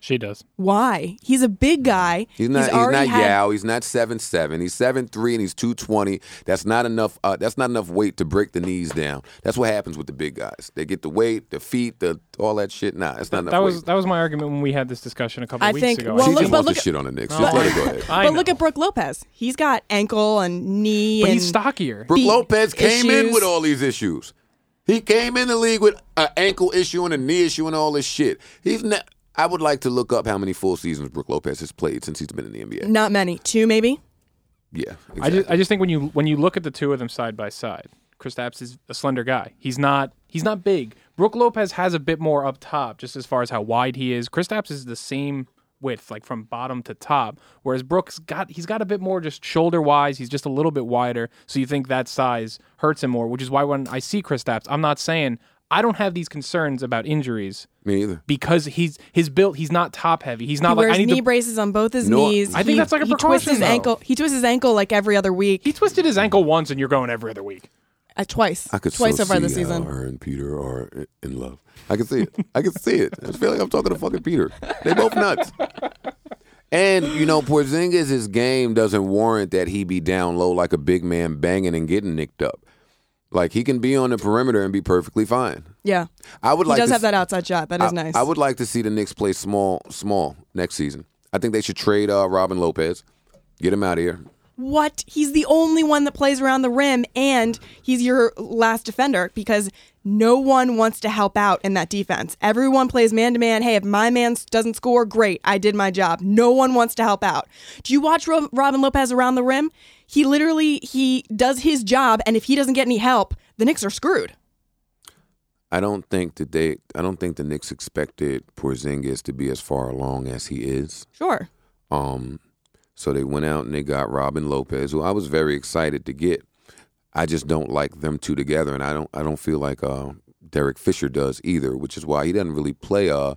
[SPEAKER 3] She does.
[SPEAKER 1] Why? He's a big guy.
[SPEAKER 2] Mm-hmm. He's not. He's,
[SPEAKER 1] already had-
[SPEAKER 2] not Yao. He's not seven seven. He's seven three and he's two twenty. That's not enough. Uh, that's not enough weight to break the knees down. That's what happens with the big guys. They get the weight, the feet, the all that shit. Nah, it's not enough.
[SPEAKER 3] That
[SPEAKER 2] weight.
[SPEAKER 3] was that was my argument when we had this discussion a couple
[SPEAKER 1] I
[SPEAKER 3] weeks
[SPEAKER 1] think-
[SPEAKER 3] ago.
[SPEAKER 1] well,
[SPEAKER 2] she
[SPEAKER 1] look-
[SPEAKER 2] just
[SPEAKER 1] but
[SPEAKER 2] wants
[SPEAKER 1] look
[SPEAKER 2] to
[SPEAKER 1] at-
[SPEAKER 2] shit on the Knicks.
[SPEAKER 3] Oh.
[SPEAKER 2] Just let her go ahead.
[SPEAKER 3] I
[SPEAKER 1] But
[SPEAKER 3] know.
[SPEAKER 1] look at Brooke Lopez. He's got ankle and knee
[SPEAKER 3] but
[SPEAKER 1] and
[SPEAKER 3] he's stockier.
[SPEAKER 2] Brooke
[SPEAKER 1] Feet
[SPEAKER 2] Lopez came in
[SPEAKER 1] issues.
[SPEAKER 2] with all these issues. He came in the league with an ankle issue and a knee issue and all this shit. He's not. I would like to look up how many full seasons Brooke Lopez has played since he's been in the NBA.
[SPEAKER 1] not many. Two maybe.
[SPEAKER 2] Yeah,
[SPEAKER 3] I
[SPEAKER 2] exactly.
[SPEAKER 3] just I just think when you when you look at the two of them side by side, Kristaps is a slender guy. He's not he's not big. Brooke Lopez has a bit more up top, just as far as how wide he is. Kristaps is the same width, like from bottom to top. Whereas Brooks got he's got a bit more just shoulder wise. He's just a little bit wider, so you think that size hurts him more. Which is why when I see Kristaps, I'm not saying I don't have these concerns about injuries
[SPEAKER 2] me either.
[SPEAKER 3] because he's his built. He's not top heavy. He's not
[SPEAKER 1] He
[SPEAKER 3] like
[SPEAKER 1] wears
[SPEAKER 3] I need
[SPEAKER 1] knee
[SPEAKER 3] to
[SPEAKER 1] braces on both his
[SPEAKER 2] No,
[SPEAKER 1] knees.
[SPEAKER 2] I
[SPEAKER 3] think
[SPEAKER 1] He-
[SPEAKER 3] that's like a
[SPEAKER 1] he twists
[SPEAKER 3] precaution,
[SPEAKER 1] his
[SPEAKER 3] though.
[SPEAKER 1] ankle. He twists his ankle like every other week.
[SPEAKER 3] He twisted his ankle once, and you're going every other week.
[SPEAKER 1] uh, twice.
[SPEAKER 2] I could
[SPEAKER 1] twice
[SPEAKER 2] so
[SPEAKER 1] so far
[SPEAKER 2] see
[SPEAKER 1] this
[SPEAKER 2] how
[SPEAKER 1] season.
[SPEAKER 2] Her and Peter are i- in love. I can see it. I can see it. I feel like I'm talking to fucking Peter. They both nuts. And you know, Porzingis' game doesn't warrant that he be down low like a big man banging and getting nicked up. Like he can be on the perimeter and be perfectly fine.
[SPEAKER 1] yeah.
[SPEAKER 2] I would
[SPEAKER 1] He
[SPEAKER 2] like
[SPEAKER 1] does
[SPEAKER 2] to
[SPEAKER 1] have
[SPEAKER 2] s-
[SPEAKER 1] that outside shot. That is
[SPEAKER 2] I-
[SPEAKER 1] nice.
[SPEAKER 2] I would like to see the Knicks play small, small next season. I think they should trade uh, Robin Lopez, get him out of here.
[SPEAKER 1] what? He's the only one that plays around the rim, and he's your last defender because no one wants to help out in that defense. Everyone plays man to man. Hey, if my man s- doesn't score, great, I did my job. No one wants to help out. Do you watch Ro- Robin Lopez around the rim? He literally he does his job, and if he doesn't get any help, the Knicks are screwed.
[SPEAKER 2] I don't think that they. I don't think the Knicks expected Porzingis to be as far along as he is.
[SPEAKER 1] Sure.
[SPEAKER 2] Um, so they went out and they got Robin Lopez, who I was very excited to get. I just don't like them two together, and I don't. I don't feel like uh, Derek Fisher does either, which is why he doesn't really play. Uh,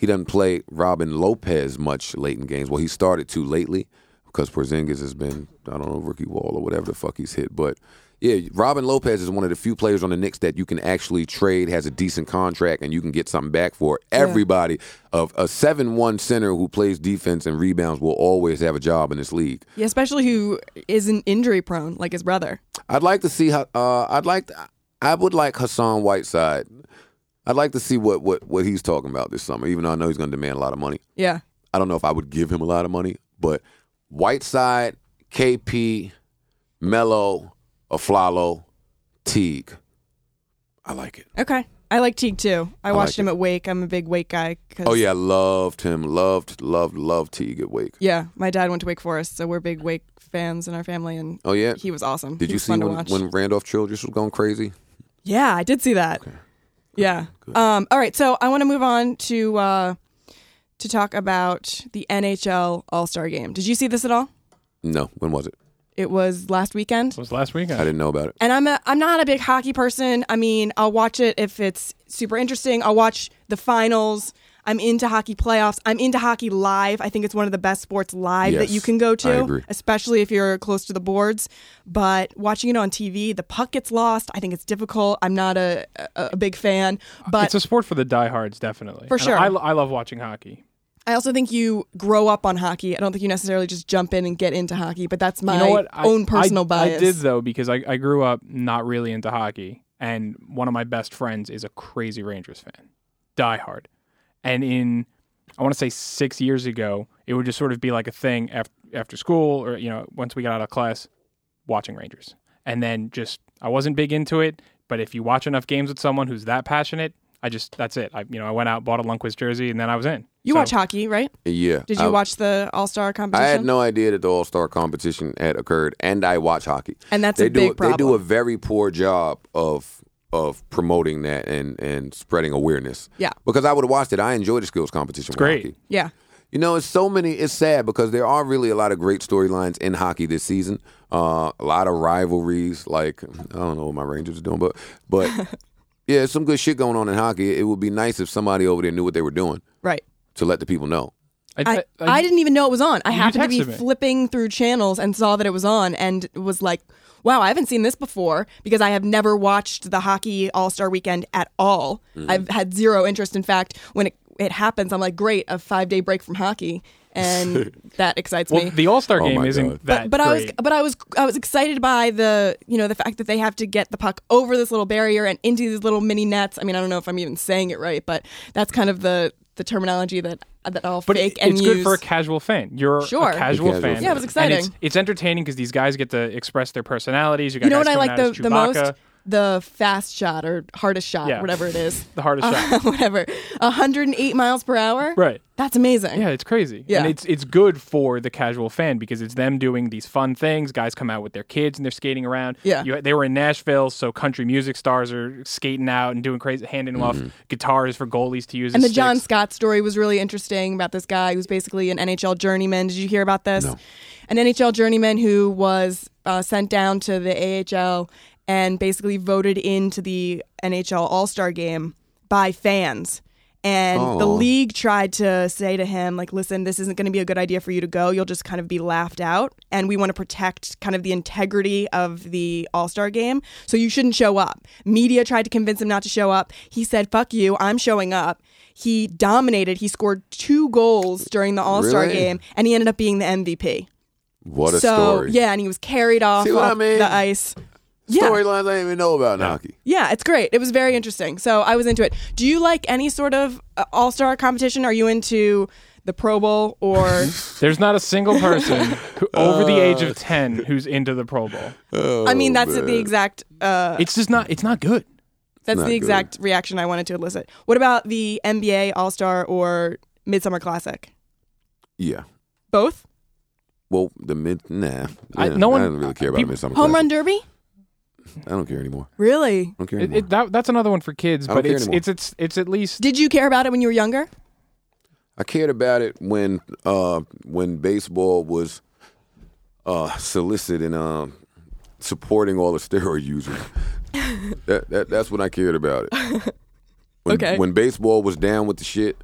[SPEAKER 2] he doesn't play Robin Lopez much late in games. Well, he started too lately because Porzingis has been I don't know rookie wall or whatever the fuck he's hit, but. Yeah, Robin Lopez is one of the few players on the Knicks that you can actually trade, has a decent contract, and you can get something back for. Everybody of a seven-one center who plays defense and rebounds will always have a job in this league.
[SPEAKER 1] Yeah, especially who isn't injury prone like his brother.
[SPEAKER 2] I'd like to see how. Uh, I'd like. To, I would like Hassan Whiteside. I'd like to see what, what what he's talking about this summer. Even though I know he's going to demand a lot of money.
[SPEAKER 1] Yeah.
[SPEAKER 2] I don't know if I would give him a lot of money, but Whiteside, KP, Mello, Aflalo, Teague. I like it.
[SPEAKER 1] Okay. I like Teague too. I,
[SPEAKER 2] like
[SPEAKER 1] watched him
[SPEAKER 2] it.
[SPEAKER 1] at Wake. I'm a big Wake guy. 'cause-
[SPEAKER 2] Oh yeah, I loved him. Loved, loved, loved Teague at Wake.
[SPEAKER 1] Yeah, my dad went to Wake Forest, so we're big Wake fans in our family, and
[SPEAKER 2] Oh yeah.
[SPEAKER 1] he was awesome.
[SPEAKER 2] Did
[SPEAKER 1] He
[SPEAKER 2] you
[SPEAKER 1] was
[SPEAKER 2] see
[SPEAKER 1] fun to
[SPEAKER 2] when,
[SPEAKER 1] watch.
[SPEAKER 2] when Randolph Childress was going crazy?
[SPEAKER 1] Yeah, I did see that. Yeah. Um. All right, so I want to move on to uh, to talk about the NHL All Star Game. Did you see this at all?
[SPEAKER 2] No. When was it?
[SPEAKER 1] It was last weekend.
[SPEAKER 3] It was last
[SPEAKER 2] I
[SPEAKER 3] weekend.
[SPEAKER 2] didn't know about it.
[SPEAKER 1] And I'm a, I'm not a big hockey person. I mean, I'll watch it if it's super interesting. I'll watch the finals. I'm into hockey playoffs. I'm into hockey live. I think it's one of the best sports live that
[SPEAKER 2] Yes,
[SPEAKER 1] you can go to,
[SPEAKER 2] I agree.
[SPEAKER 1] especially if you're close to the boards. But watching it on TV, the puck gets lost. I think it's difficult. I'm not a a, a big fan, but
[SPEAKER 3] It's a sport for the diehards, definitely.
[SPEAKER 1] For
[SPEAKER 3] And
[SPEAKER 1] sure.
[SPEAKER 3] I, I love watching hockey.
[SPEAKER 1] I also think you grow up on hockey. I don't think you necessarily just jump in and get into hockey, but that's my
[SPEAKER 3] you know what? I-
[SPEAKER 1] own personal
[SPEAKER 3] I,
[SPEAKER 1] bias.
[SPEAKER 3] I did though because I, I grew up not really into hockey, and one of my best friends is a crazy Rangers fan, diehard. And in I want to say six years ago, it would just sort of be like a thing after after school or you know once we got out of class, watching Rangers, and then just I wasn't big into it. But if you watch enough games with someone who's that passionate, I just that's it. I you know I went out bought a Lundqvist jersey and then I was in.
[SPEAKER 1] you
[SPEAKER 3] So-
[SPEAKER 1] watch hockey, right?
[SPEAKER 2] Yeah.
[SPEAKER 1] Did you
[SPEAKER 2] I,
[SPEAKER 1] watch the All Star competition?
[SPEAKER 2] I had no idea that the All Star competition had occurred, and I watch hockey.
[SPEAKER 1] And that's
[SPEAKER 2] they
[SPEAKER 1] a
[SPEAKER 2] do
[SPEAKER 1] big
[SPEAKER 2] they do a
[SPEAKER 1] problem.
[SPEAKER 2] very poor job of of promoting that and and spreading awareness.
[SPEAKER 1] Yeah.
[SPEAKER 2] Because I would have watched it. I enjoyed the skills competition. with
[SPEAKER 3] great.
[SPEAKER 2] hockey.
[SPEAKER 1] yeah.
[SPEAKER 2] You know, it's so many. It's sad because there are really a lot of great storylines in hockey this season. Uh, a lot of rivalries. Like I don't know what my Rangers are doing, but
[SPEAKER 1] [LAUGHS]
[SPEAKER 2] but yeah, there's some good shit going on in hockey. It would be nice if somebody over there knew what they were doing
[SPEAKER 1] Right.
[SPEAKER 2] to let the people know.
[SPEAKER 1] I, I didn't even know it was on. I happened to be
[SPEAKER 3] texted me.
[SPEAKER 1] flipping through channels and saw that it was on and was like, wow, I haven't seen this before because I have never watched the hockey All Star weekend at all. I've had zero interest. In fact, when it, it happens, I'm like, great, a five day break from hockey. And that excites
[SPEAKER 3] well
[SPEAKER 1] me.
[SPEAKER 3] the All Star
[SPEAKER 2] Oh
[SPEAKER 3] game
[SPEAKER 2] my
[SPEAKER 3] isn't
[SPEAKER 2] God.
[SPEAKER 3] that.
[SPEAKER 1] but I was
[SPEAKER 3] great.
[SPEAKER 1] but I was I was excited by the you know the fact that they have to get the puck over this little barrier and into these little mini nets. I mean, I don't know if I'm even saying it right, but that's kind of the the terminology that that I'll
[SPEAKER 3] But
[SPEAKER 1] fake
[SPEAKER 3] it-
[SPEAKER 1] and
[SPEAKER 3] it's
[SPEAKER 1] use.
[SPEAKER 3] good for a casual fan. You're
[SPEAKER 1] Sure.
[SPEAKER 3] a casual,
[SPEAKER 2] A casual
[SPEAKER 3] fan.
[SPEAKER 2] fan. Yeah, it was
[SPEAKER 3] And
[SPEAKER 1] exciting.
[SPEAKER 3] it's, it's entertaining because these guys get to express their personalities. You, got
[SPEAKER 1] you know
[SPEAKER 3] guys
[SPEAKER 1] what I
[SPEAKER 3] coming
[SPEAKER 1] like
[SPEAKER 3] out
[SPEAKER 1] the
[SPEAKER 3] as
[SPEAKER 1] the most
[SPEAKER 3] Chewbacca,
[SPEAKER 1] the fast shot or hardest shot,
[SPEAKER 3] Yeah.
[SPEAKER 1] whatever it is,
[SPEAKER 3] [LAUGHS] the
[SPEAKER 1] [LAUGHS]
[SPEAKER 3] hardest shot.
[SPEAKER 1] whatever, 108 miles per hour.
[SPEAKER 3] Right.
[SPEAKER 1] That's amazing.
[SPEAKER 3] Yeah, it's crazy.
[SPEAKER 1] Yeah.
[SPEAKER 3] And it's it's good for the casual fan because it's them doing these fun things. Guys come out with their kids and they're skating around.
[SPEAKER 1] Yeah.
[SPEAKER 3] You, they were in Nashville, so country music stars are skating out and doing crazy, handing off
[SPEAKER 2] Mm-hmm.
[SPEAKER 3] guitars for goalies to use.
[SPEAKER 1] And
[SPEAKER 3] as
[SPEAKER 1] the John
[SPEAKER 3] sticks.
[SPEAKER 1] Scott story was really interesting about this guy who's basically an NHL journeyman. Did you hear about this?
[SPEAKER 2] No.
[SPEAKER 1] An NHL journeyman who was uh, sent down to the AHL and basically voted into the NHL All Star game by fans. And the
[SPEAKER 2] Oh.
[SPEAKER 1] league tried to say to him, like, listen, this isn't going to be a good idea for you to go. You'll just kind of be laughed out. And we want to protect kind of the integrity of the All Star game. So you shouldn't show up. Media tried to convince him not to show up. He said, fuck you. I'm showing up. He dominated. He scored two goals during the All Star
[SPEAKER 2] Really?
[SPEAKER 1] game, and he ended up being the MVP.
[SPEAKER 2] What a
[SPEAKER 1] so,
[SPEAKER 2] story!
[SPEAKER 1] yeah, and he was carried off,
[SPEAKER 2] See what I
[SPEAKER 1] off
[SPEAKER 2] mean?
[SPEAKER 1] the ice. Yeah.
[SPEAKER 2] storylines I didn't even know about in hockey.
[SPEAKER 1] Yeah, it's great. It was very interesting. So I was into it. Do you like any sort of uh, all star competition? Are you into the Pro Bowl or?
[SPEAKER 3] There's not
[SPEAKER 1] [LAUGHS]
[SPEAKER 3] a single person who, over the age
[SPEAKER 2] Uh.
[SPEAKER 3] of ten who's into the Pro Bowl.
[SPEAKER 1] I mean, that's the exact. Uh,
[SPEAKER 3] It's just not. It's not good.
[SPEAKER 1] that's
[SPEAKER 2] not
[SPEAKER 1] the exact reaction I wanted to elicit. What about the NBA All Star or Midsummer Classic?
[SPEAKER 2] Yeah.
[SPEAKER 1] Both
[SPEAKER 2] Well, the mid nah.
[SPEAKER 3] I-
[SPEAKER 2] Yeah,
[SPEAKER 3] no one-
[SPEAKER 2] I don't really care about
[SPEAKER 3] people-
[SPEAKER 2] midsummer.
[SPEAKER 1] home
[SPEAKER 2] Classic.
[SPEAKER 1] run derby?
[SPEAKER 2] I don't care anymore.
[SPEAKER 1] Really?
[SPEAKER 2] I don't care
[SPEAKER 3] It,
[SPEAKER 2] anymore.
[SPEAKER 3] it, that, that's another one for kids,
[SPEAKER 2] I don't
[SPEAKER 3] but
[SPEAKER 2] care
[SPEAKER 3] it's,
[SPEAKER 2] anymore.
[SPEAKER 3] it's it's it's at least
[SPEAKER 1] Did you care about it when you were younger?
[SPEAKER 2] I cared about it when uh, when baseball was uh, solicit and um, supporting all the steroid
[SPEAKER 3] [LAUGHS]
[SPEAKER 2] users. that, that that's when I cared about it. When,
[SPEAKER 1] Okay.
[SPEAKER 2] When baseball was down with the shit,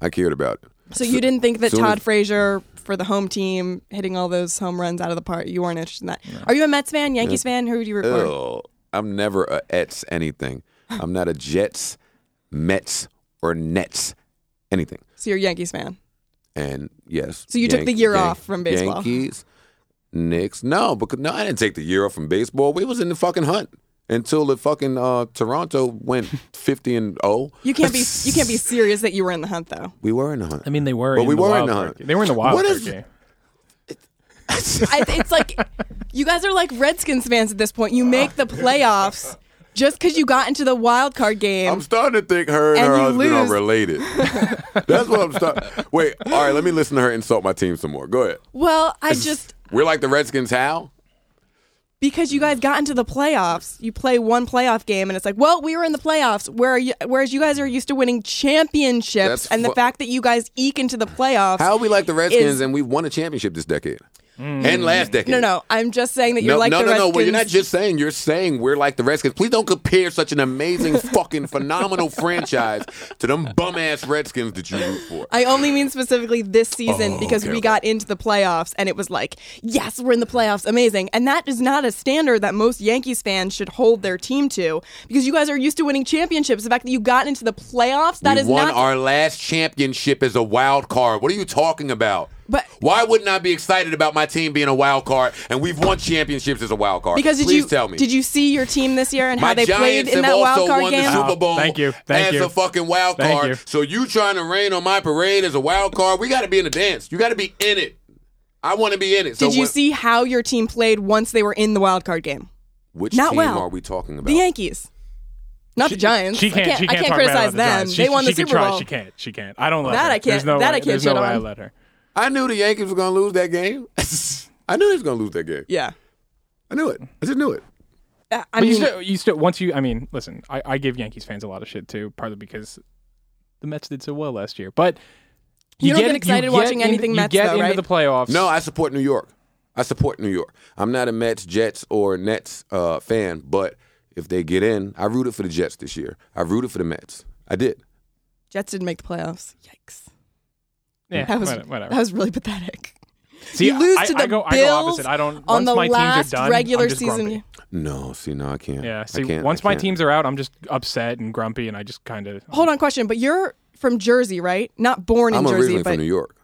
[SPEAKER 2] I cared about it.
[SPEAKER 1] So you didn't think that
[SPEAKER 2] soon
[SPEAKER 1] Todd
[SPEAKER 2] as-
[SPEAKER 1] Frazier for the home team hitting all those home runs out of the park? You weren't interested in that. Are you a Mets fan, Yankees fan? Who do you root for?
[SPEAKER 2] Ugh. I'm never a Ets anything. I'm not a Jets, Mets, or Nets anything.
[SPEAKER 1] So you're a Yankees fan.
[SPEAKER 2] And yes.
[SPEAKER 1] So you took the year off from baseball.
[SPEAKER 2] Yankees, Knicks. No, because no, I didn't take the year off from baseball. We was in the fucking hunt until the fucking uh, Toronto
[SPEAKER 1] [LAUGHS]
[SPEAKER 2] went fifty and zero.
[SPEAKER 1] You can't be you can't be serious that you were in the hunt though.
[SPEAKER 2] We were in the hunt.
[SPEAKER 3] I mean, they were.
[SPEAKER 2] But
[SPEAKER 3] in
[SPEAKER 2] we
[SPEAKER 3] the
[SPEAKER 2] were in
[SPEAKER 3] wild
[SPEAKER 2] the
[SPEAKER 3] card
[SPEAKER 2] hunt.
[SPEAKER 3] game. They were in the wild
[SPEAKER 2] What
[SPEAKER 3] card
[SPEAKER 2] is-
[SPEAKER 3] game.
[SPEAKER 1] I, it's like you guys are like Redskins fans at this point. You make the playoffs just because you got into the wild card game.
[SPEAKER 2] I'm starting to think her and,
[SPEAKER 1] And
[SPEAKER 2] her
[SPEAKER 1] you
[SPEAKER 2] husband
[SPEAKER 1] lose.
[SPEAKER 2] are related.
[SPEAKER 1] [LAUGHS]
[SPEAKER 2] That's what I'm starting. Wait, all right. Let me listen to her insult my team some more. Go ahead.
[SPEAKER 1] well, I just
[SPEAKER 2] We're like the Redskins. How?
[SPEAKER 1] because you guys got into the playoffs, you play one playoff game, and it's like, well, we were in the playoffs. Where you, whereas you guys are used to winning championships,
[SPEAKER 2] That's
[SPEAKER 1] and the
[SPEAKER 2] fu-
[SPEAKER 1] fact that you guys eke into the playoffs,
[SPEAKER 2] How we like the Redskins
[SPEAKER 1] Is- Mm.
[SPEAKER 2] and we won a championship this decade? and last decade.
[SPEAKER 1] No, no. I'm just saying that you're
[SPEAKER 2] no,
[SPEAKER 1] like
[SPEAKER 2] no,
[SPEAKER 1] the
[SPEAKER 2] no, no.
[SPEAKER 1] Redskins.
[SPEAKER 2] Well, you're not just saying. You're saying we're like the Redskins. Please don't compare such
[SPEAKER 1] [LAUGHS]
[SPEAKER 2] an amazing, fucking, phenomenal franchise to them bum ass Redskins that you root for.
[SPEAKER 1] I only mean specifically this season because
[SPEAKER 2] Oh, okay,
[SPEAKER 1] we
[SPEAKER 2] okay.
[SPEAKER 1] got into the playoffs and it was like, yes, we're in the playoffs, amazing. And that is not a standard that most Yankees fans should hold their team to because you guys are used to winning championships. The fact that you got into the playoffs, that
[SPEAKER 2] we
[SPEAKER 1] is
[SPEAKER 2] won
[SPEAKER 1] not.
[SPEAKER 2] our last championship as a wild card. What are you talking about?
[SPEAKER 1] But-
[SPEAKER 2] why wouldn't I be excited about my team being a wild card and we've won championships as a wild card?
[SPEAKER 1] because did
[SPEAKER 2] Please
[SPEAKER 1] you
[SPEAKER 2] tell me.
[SPEAKER 1] did you see your team this year and
[SPEAKER 2] my
[SPEAKER 1] how they played
[SPEAKER 2] Giants
[SPEAKER 1] in
[SPEAKER 2] have
[SPEAKER 1] that
[SPEAKER 2] also
[SPEAKER 1] wild card
[SPEAKER 2] won
[SPEAKER 1] game?
[SPEAKER 2] the Super Bowl
[SPEAKER 3] Thank you, thank
[SPEAKER 2] as
[SPEAKER 3] you.
[SPEAKER 2] a fucking wild
[SPEAKER 3] Thank
[SPEAKER 2] card.
[SPEAKER 3] you.
[SPEAKER 2] So you trying to rain on my parade as a wild card? We got to be in the dance. You got to be in it. I want to be in it.
[SPEAKER 1] Did
[SPEAKER 2] so
[SPEAKER 1] you
[SPEAKER 2] when-
[SPEAKER 1] see how your team played once they were in the wild card game?
[SPEAKER 2] which
[SPEAKER 1] Not
[SPEAKER 2] team
[SPEAKER 1] well.
[SPEAKER 2] are we talking about?
[SPEAKER 1] The Yankees, not the Giants.
[SPEAKER 3] She
[SPEAKER 1] I
[SPEAKER 3] can't.
[SPEAKER 1] can't,
[SPEAKER 3] she can't,
[SPEAKER 1] I can't
[SPEAKER 3] talk bad
[SPEAKER 1] criticize
[SPEAKER 3] about the
[SPEAKER 1] them.
[SPEAKER 3] Giants.
[SPEAKER 1] they
[SPEAKER 3] she,
[SPEAKER 1] won
[SPEAKER 3] she
[SPEAKER 1] the Super
[SPEAKER 3] can try.
[SPEAKER 1] Bowl.
[SPEAKER 3] She can't. She can't. I don't let
[SPEAKER 1] That
[SPEAKER 3] her.
[SPEAKER 1] I can't-
[SPEAKER 3] There's no
[SPEAKER 1] that
[SPEAKER 3] way,
[SPEAKER 1] I can't
[SPEAKER 3] There's no
[SPEAKER 1] shit
[SPEAKER 3] way
[SPEAKER 1] on.
[SPEAKER 3] I let her.
[SPEAKER 2] I knew the Yankees were going to lose that game. [LAUGHS] I knew they was going to lose that game.
[SPEAKER 1] Yeah,
[SPEAKER 2] I knew it. I just knew it.
[SPEAKER 1] Uh, I
[SPEAKER 3] But you
[SPEAKER 1] mean,
[SPEAKER 3] still, you still, once you, I mean, listen, I, I give Yankees fans a lot of shit too, partly because the Mets did so well last year. But you,
[SPEAKER 1] You don't get
[SPEAKER 3] in-
[SPEAKER 1] excited
[SPEAKER 3] you
[SPEAKER 1] watching
[SPEAKER 3] get in-
[SPEAKER 1] anything
[SPEAKER 3] you
[SPEAKER 1] Mets,
[SPEAKER 3] get
[SPEAKER 1] though,
[SPEAKER 3] into
[SPEAKER 1] right?
[SPEAKER 3] the playoffs.
[SPEAKER 2] No, I support New York. I support New York. I'm not a Mets, Jets, or Nets uh, fan, but if they get in, I rooted for the Jets this year. I rooted for the Mets. I did.
[SPEAKER 1] Jets didn't make the playoffs. Yikes.
[SPEAKER 3] yeah,
[SPEAKER 1] That was
[SPEAKER 3] whatever.
[SPEAKER 1] [LAUGHS]
[SPEAKER 3] whatever.
[SPEAKER 1] that was really pathetic.
[SPEAKER 3] See,
[SPEAKER 1] you lose
[SPEAKER 3] I,
[SPEAKER 1] to
[SPEAKER 3] I
[SPEAKER 1] the
[SPEAKER 3] go, I go
[SPEAKER 1] Bills
[SPEAKER 3] opposite. I don't.
[SPEAKER 1] on
[SPEAKER 3] Once
[SPEAKER 1] the
[SPEAKER 3] my
[SPEAKER 1] last
[SPEAKER 3] teams are done,
[SPEAKER 1] regular
[SPEAKER 3] I'm just
[SPEAKER 1] season.
[SPEAKER 3] grumpy.
[SPEAKER 2] No, see, no, I can't.
[SPEAKER 3] Yeah.
[SPEAKER 2] I
[SPEAKER 3] See,
[SPEAKER 2] can't, I
[SPEAKER 3] once my
[SPEAKER 2] can't.
[SPEAKER 3] teams are out, I'm just upset and grumpy, and I just kind of.
[SPEAKER 1] Hold on, question. But you're from Jersey, right? Not born in
[SPEAKER 2] I'm
[SPEAKER 1] Jersey,
[SPEAKER 2] originally
[SPEAKER 1] but
[SPEAKER 2] from New York.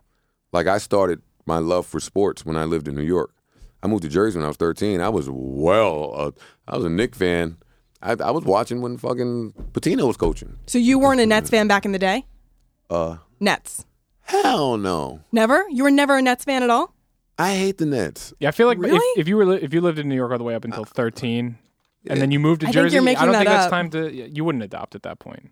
[SPEAKER 2] Like I started my love for sports when I lived in New York. I moved to Jersey when I was 13. I was well, uh, I was a Nick fan. I, I was watching when fucking Patino was coaching.
[SPEAKER 1] so you weren't a Nets fan back in the day.
[SPEAKER 2] Uh,
[SPEAKER 1] Nets,
[SPEAKER 2] hell no.
[SPEAKER 1] never. You were never a Nets fan at all.
[SPEAKER 2] I hate the Nets.
[SPEAKER 3] Yeah, I feel like
[SPEAKER 1] Really?
[SPEAKER 3] if, if you were li- if you lived in New York all the way up until 13, and then you moved to
[SPEAKER 1] I think
[SPEAKER 3] Jersey,
[SPEAKER 1] you're making
[SPEAKER 3] I don't
[SPEAKER 1] that
[SPEAKER 3] think
[SPEAKER 1] up.
[SPEAKER 3] it's time to. You wouldn't adopt at that point.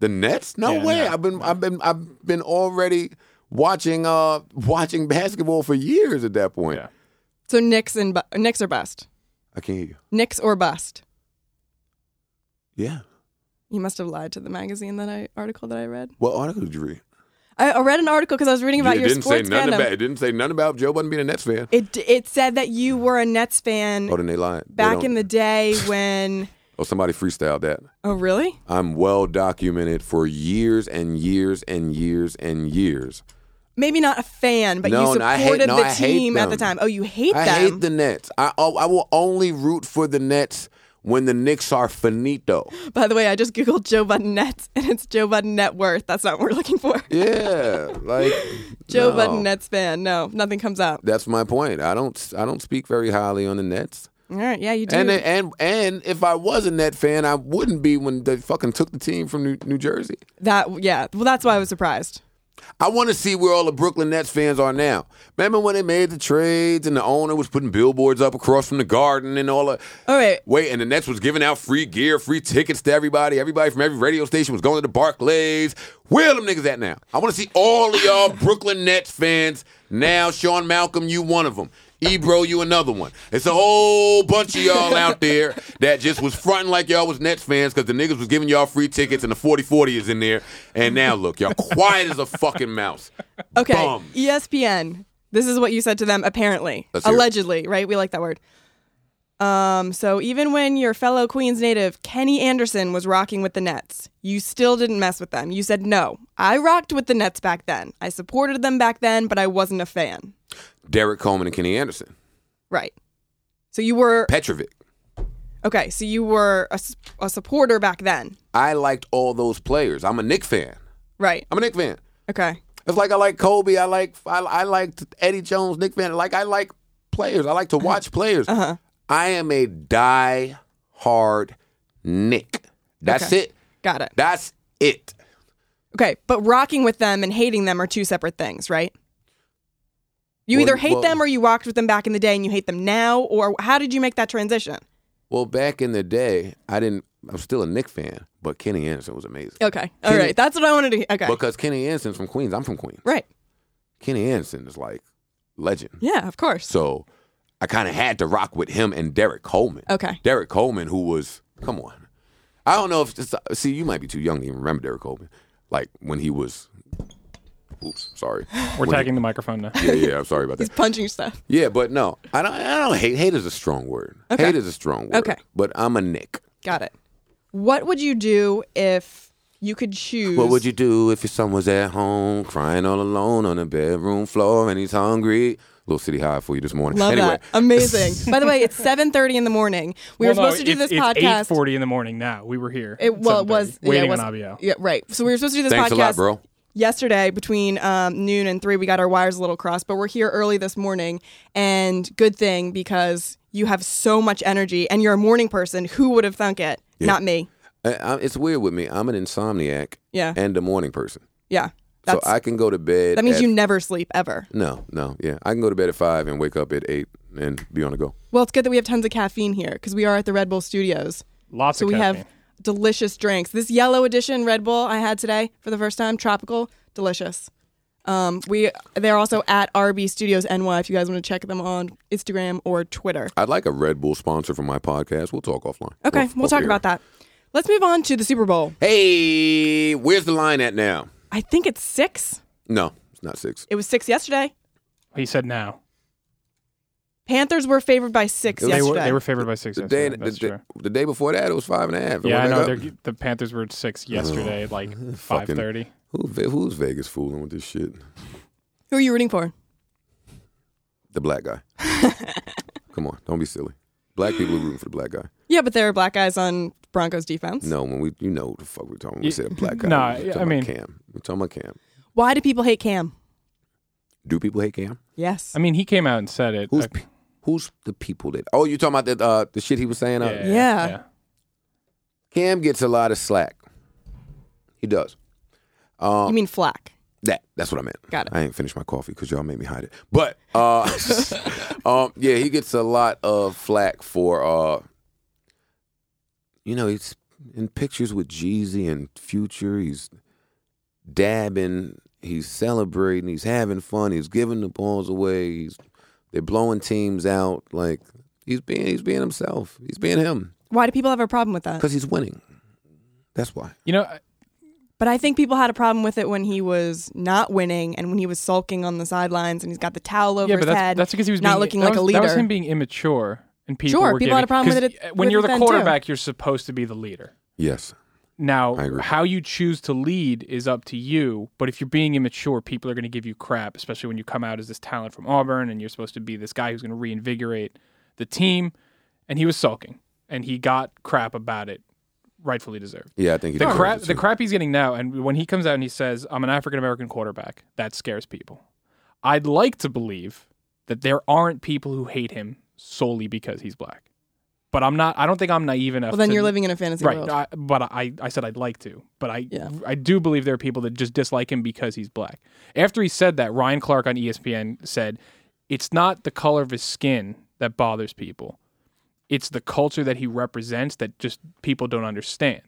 [SPEAKER 2] The Nets? No
[SPEAKER 3] Yeah,
[SPEAKER 2] way.
[SPEAKER 3] no,
[SPEAKER 2] I've been I've been I've been already watching uh watching basketball for years at that point.
[SPEAKER 3] Yeah.
[SPEAKER 1] So Knicks and bu- Knicks or bust.
[SPEAKER 2] I can't hear you.
[SPEAKER 1] Knicks or bust.
[SPEAKER 2] Yeah.
[SPEAKER 1] You must have lied to the magazine that I article that I read.
[SPEAKER 2] What article did you read?
[SPEAKER 1] I, I read an article because I was reading about
[SPEAKER 2] it
[SPEAKER 1] your
[SPEAKER 2] didn't say
[SPEAKER 1] sports
[SPEAKER 2] nothing
[SPEAKER 1] fandom.
[SPEAKER 2] about it didn't say nothing about Joe Budden being a Nets fan.
[SPEAKER 1] It it said that you were a Nets fan
[SPEAKER 2] Oh, then they lied. They
[SPEAKER 1] back
[SPEAKER 2] don't-
[SPEAKER 1] in the day when.
[SPEAKER 2] Oh, somebody freestyled that.
[SPEAKER 1] Oh really?
[SPEAKER 2] I'm well documented for years and years and years and years.
[SPEAKER 1] Maybe not a fan, but
[SPEAKER 2] No,
[SPEAKER 1] you
[SPEAKER 2] no, I hate-
[SPEAKER 1] supported
[SPEAKER 2] no,
[SPEAKER 1] the
[SPEAKER 2] I hate
[SPEAKER 1] team at the
[SPEAKER 2] them.
[SPEAKER 1] time. Oh, you hate
[SPEAKER 2] I
[SPEAKER 1] them.
[SPEAKER 2] hate the Nets. I oh, I will only root for the Nets when the Knicks are finito.
[SPEAKER 1] By the way, I just googled Joe Budden Nets, [LAUGHS] and it's Joe Budden net worth. That's not what we're looking for. [LAUGHS]
[SPEAKER 2] Yeah, like
[SPEAKER 1] Joe
[SPEAKER 2] no.
[SPEAKER 1] Budden Nets fan. No, nothing comes up.
[SPEAKER 2] That's my point. I don't I don't speak very highly on the Nets.
[SPEAKER 1] All right, yeah, you do.
[SPEAKER 2] And and and if I was a Net fan, I wouldn't be when they fucking took the team from New, New Jersey.
[SPEAKER 1] that yeah. Well, that's why I was surprised.
[SPEAKER 2] I want to see where all the Brooklyn Nets fans are now. Remember when they made the trades and the owner was putting billboards up across from the garden and all that?
[SPEAKER 1] All right,
[SPEAKER 2] Wait, and the Nets was giving out free gear, free tickets to everybody. Everybody from every radio station was going to the Barclays. Where them niggas at now? I want to see all of y'all Brooklyn Nets fans now. Sean Malcolm, you one of them. Ebro, you another one. It's a whole bunch of y'all out there that just was fronting like y'all was Nets fans because the niggas was giving y'all free tickets and the 40-40 is in there. And now look, y'all quiet as a fucking mouse.
[SPEAKER 1] okay. E
[SPEAKER 2] Bums.
[SPEAKER 1] ESPN. This is what you said to them. Apparently,
[SPEAKER 2] Let's hear it.
[SPEAKER 1] allegedly, right? We like that word. Um. So even when your fellow Queens native Kenny Anderson was rocking with the Nets, you still didn't mess with them. You said no. I rocked with the Nets back then. I supported them back then, but I wasn't a fan.
[SPEAKER 2] Derek Coleman and Kenny Anderson.
[SPEAKER 1] Right. So you were
[SPEAKER 2] Petrovic.
[SPEAKER 1] Okay, so you were a, s- a supporter back then,
[SPEAKER 2] I liked all those players. I'm a Nick fan.
[SPEAKER 1] right?
[SPEAKER 2] I'm a Nick fan.
[SPEAKER 1] Okay,
[SPEAKER 2] It's like I like Kobe. I like I, I liked Eddie Jones, Nick Van. Like I like players. I like
[SPEAKER 1] [LAUGHS]
[SPEAKER 2] to watch players.
[SPEAKER 1] Uh-huh.
[SPEAKER 2] I am a die hard Nick. That's
[SPEAKER 1] Okay.
[SPEAKER 2] it.
[SPEAKER 1] got it.
[SPEAKER 2] That's it.
[SPEAKER 1] Okay, but rocking with them and hating them are two separate things, right? You
[SPEAKER 2] Well,
[SPEAKER 1] either hate
[SPEAKER 2] well-
[SPEAKER 1] them or you rocked with them back in the day and you hate them now, or how did you make that transition?
[SPEAKER 2] Well, back in the day, I didn't. I'm still a Nick fan, but Kenny Anderson was amazing.
[SPEAKER 1] Okay, all
[SPEAKER 2] Kenny-
[SPEAKER 1] right, that's what I wanted to. hear. Okay,
[SPEAKER 2] Because Kenny Anderson's from Queens. I'm from Queens.
[SPEAKER 1] right?
[SPEAKER 2] Kenny Anderson is like legend.
[SPEAKER 1] Yeah, of course.
[SPEAKER 2] So I kind of had to rock with him and Derek Coleman.
[SPEAKER 1] Okay.
[SPEAKER 2] Derek Coleman, who was, come on. I don't know if, it's, see, you might be too young to even remember Derek Coleman. Like when he was Oops, sorry.
[SPEAKER 3] We're
[SPEAKER 2] When he-
[SPEAKER 3] tagging the microphone now.
[SPEAKER 2] Yeah, yeah. I'm sorry
[SPEAKER 1] [LAUGHS]
[SPEAKER 2] about that.
[SPEAKER 1] punching stuff.
[SPEAKER 2] Yeah, but no, I don't. I don't hate. Hate is a strong word. Hate is a strong word.
[SPEAKER 1] Okay.
[SPEAKER 2] But I'm a Nick.
[SPEAKER 1] Got it. What would you do if you could choose?
[SPEAKER 2] What would you do if your son was at home crying all alone on the bedroom floor and he's hungry? Little City High for you this morning.
[SPEAKER 1] Love
[SPEAKER 2] anyway,
[SPEAKER 1] that. Amazing. By the way, it's 7:30 in the morning. We were
[SPEAKER 3] Well, no,
[SPEAKER 1] supposed to do
[SPEAKER 3] it's-
[SPEAKER 1] this podcast.
[SPEAKER 3] It's eight forty in the morning now. We were here.
[SPEAKER 1] It well, it was yeah,
[SPEAKER 3] waiting
[SPEAKER 1] it was,
[SPEAKER 3] on Abiel.
[SPEAKER 1] Yeah, right. So we were supposed to do this
[SPEAKER 2] Thanks
[SPEAKER 1] podcast
[SPEAKER 2] a lot, bro.
[SPEAKER 1] yesterday between um, noon and three. We got our wires a little crossed, but we're here early this morning, and good thing because you have so much energy and you're a morning person. Who would have thunk it? Not me.
[SPEAKER 2] I, I, it's weird with me. I'm an insomniac
[SPEAKER 1] Yeah.
[SPEAKER 2] and a morning person.
[SPEAKER 1] Yeah. That's
[SPEAKER 2] so I can go to bed.
[SPEAKER 1] that means
[SPEAKER 2] at-
[SPEAKER 1] you never sleep ever.
[SPEAKER 2] No, no, yeah. I can go to bed at five and wake up at eight and be on the go.
[SPEAKER 1] Well, it's good that we have tons of caffeine here because we are at the Red Bull Studios.
[SPEAKER 3] Lots
[SPEAKER 1] So
[SPEAKER 3] of
[SPEAKER 1] we
[SPEAKER 3] caffeine.
[SPEAKER 1] have delicious drinks. This yellow edition Red Bull I had today for the first time, tropical, delicious. Um, we they're also at RB Studios NY if you guys want to check them on Instagram or Twitter.
[SPEAKER 2] I'd like a Red Bull sponsor for my podcast. We'll talk offline.
[SPEAKER 1] Okay,
[SPEAKER 2] Off-
[SPEAKER 1] we'll
[SPEAKER 2] off
[SPEAKER 1] talk
[SPEAKER 2] air.
[SPEAKER 1] about that. Let's move on to the Super Bowl.
[SPEAKER 2] Hey, where's the line at now?
[SPEAKER 1] I think it's six.
[SPEAKER 2] No, it's not six.
[SPEAKER 1] It was six yesterday.
[SPEAKER 3] he said now.
[SPEAKER 1] Panthers were favored by six
[SPEAKER 2] They
[SPEAKER 3] They
[SPEAKER 1] yesterday.
[SPEAKER 3] were, they were favored by six.
[SPEAKER 2] The
[SPEAKER 3] yesterday.
[SPEAKER 2] day, the,
[SPEAKER 3] That's
[SPEAKER 2] day-
[SPEAKER 3] true.
[SPEAKER 2] the day before that, it was five and a half. It
[SPEAKER 3] Yeah, I
[SPEAKER 2] went
[SPEAKER 3] know.
[SPEAKER 2] back
[SPEAKER 3] They're,
[SPEAKER 2] up.
[SPEAKER 3] the Panthers were at six yesterday, at like five
[SPEAKER 2] fucking-
[SPEAKER 3] thirty.
[SPEAKER 2] Who, Ve- who's Vegas fooling with this shit?
[SPEAKER 1] Who are you rooting for?
[SPEAKER 2] The black
[SPEAKER 1] [LAUGHS]
[SPEAKER 2] guy. Come on, don't be silly. Black people are rooting for the black guy.
[SPEAKER 1] Yeah, but there are black guys on Broncos defense.
[SPEAKER 2] No, when we, you know, what the fuck we're talking. When we
[SPEAKER 3] Yeah.
[SPEAKER 2] say a black guy.
[SPEAKER 3] Nah,
[SPEAKER 2] we're
[SPEAKER 3] [LAUGHS]
[SPEAKER 2] talking
[SPEAKER 3] yeah, I
[SPEAKER 2] about
[SPEAKER 3] mean-
[SPEAKER 2] Cam. We're talking about Cam.
[SPEAKER 1] Why do people hate Cam?
[SPEAKER 2] Do people hate Cam?
[SPEAKER 1] Yes.
[SPEAKER 3] I mean, he came out and said it.
[SPEAKER 2] Who's
[SPEAKER 3] Uh,
[SPEAKER 2] pe- who's the people that? Oh, you talking about the uh, the shit he was saying? Uh,
[SPEAKER 1] Yeah.
[SPEAKER 2] Cam gets a lot of slack. He does.
[SPEAKER 1] you mean flack?
[SPEAKER 2] That that's what I meant.
[SPEAKER 1] Got it.
[SPEAKER 2] I ain't finished my coffee because y'all made me hide it. But uh, [LAUGHS] um, yeah, he gets a lot of flack for uh, you know, he's in pictures with Jeezy and Future. He's dabbing. He's celebrating. He's having fun. He's giving the balls away. He's they're blowing teams out. Like he's being he's being himself. He's being him
[SPEAKER 1] Why do people have a problem with that?
[SPEAKER 2] because he's winning. That's why.
[SPEAKER 3] You know, uh, I-
[SPEAKER 1] But I think people had a problem with it when he was not winning and when he was sulking on the sidelines and he's got the towel over
[SPEAKER 3] yeah,
[SPEAKER 1] his
[SPEAKER 3] but that's,
[SPEAKER 1] head.
[SPEAKER 3] that's because he was
[SPEAKER 1] not
[SPEAKER 3] being-
[SPEAKER 1] looking
[SPEAKER 3] that
[SPEAKER 1] like a
[SPEAKER 3] was- That was
[SPEAKER 1] leader.
[SPEAKER 3] him being immature, and people
[SPEAKER 1] Sure,
[SPEAKER 3] were
[SPEAKER 1] people had a
[SPEAKER 3] giving-
[SPEAKER 1] problem with
[SPEAKER 3] 'cause,
[SPEAKER 1] it at-
[SPEAKER 3] uh, When
[SPEAKER 1] with
[SPEAKER 3] you're
[SPEAKER 1] it
[SPEAKER 3] the
[SPEAKER 1] then, too.
[SPEAKER 3] quarterback, you're supposed to be the leader.
[SPEAKER 2] Yes.
[SPEAKER 3] Now,
[SPEAKER 2] I agree.
[SPEAKER 3] how you choose to lead is up to you, but if you're being immature, people are going to give you crap, especially when you come out as this talent from Auburn and you're supposed to be this guy who's going to reinvigorate the team. And he was sulking, and he got crap about it, rightfully deserved.
[SPEAKER 2] Yeah, I think he
[SPEAKER 3] The
[SPEAKER 2] deserves
[SPEAKER 3] crap,
[SPEAKER 2] it,
[SPEAKER 3] the
[SPEAKER 2] too.
[SPEAKER 3] crap he's getting now, and when he comes out and he says, "I'm an African American quarterback," that scares people. I'd like to believe that there aren't people who hate him solely because he's black, but I'm not. I don't think I'm naive enough.
[SPEAKER 1] well, then
[SPEAKER 3] to-
[SPEAKER 1] you're living in a fantasy
[SPEAKER 3] right.
[SPEAKER 1] world.
[SPEAKER 3] I, but I, I said I'd like to, but I,
[SPEAKER 1] Yeah.
[SPEAKER 3] I do believe there are people that just dislike him because he's black. After he said that, Ryan Clark on E ESPN said, "It's not the color of his skin that bothers people; it's the culture that he represents that just people don't understand."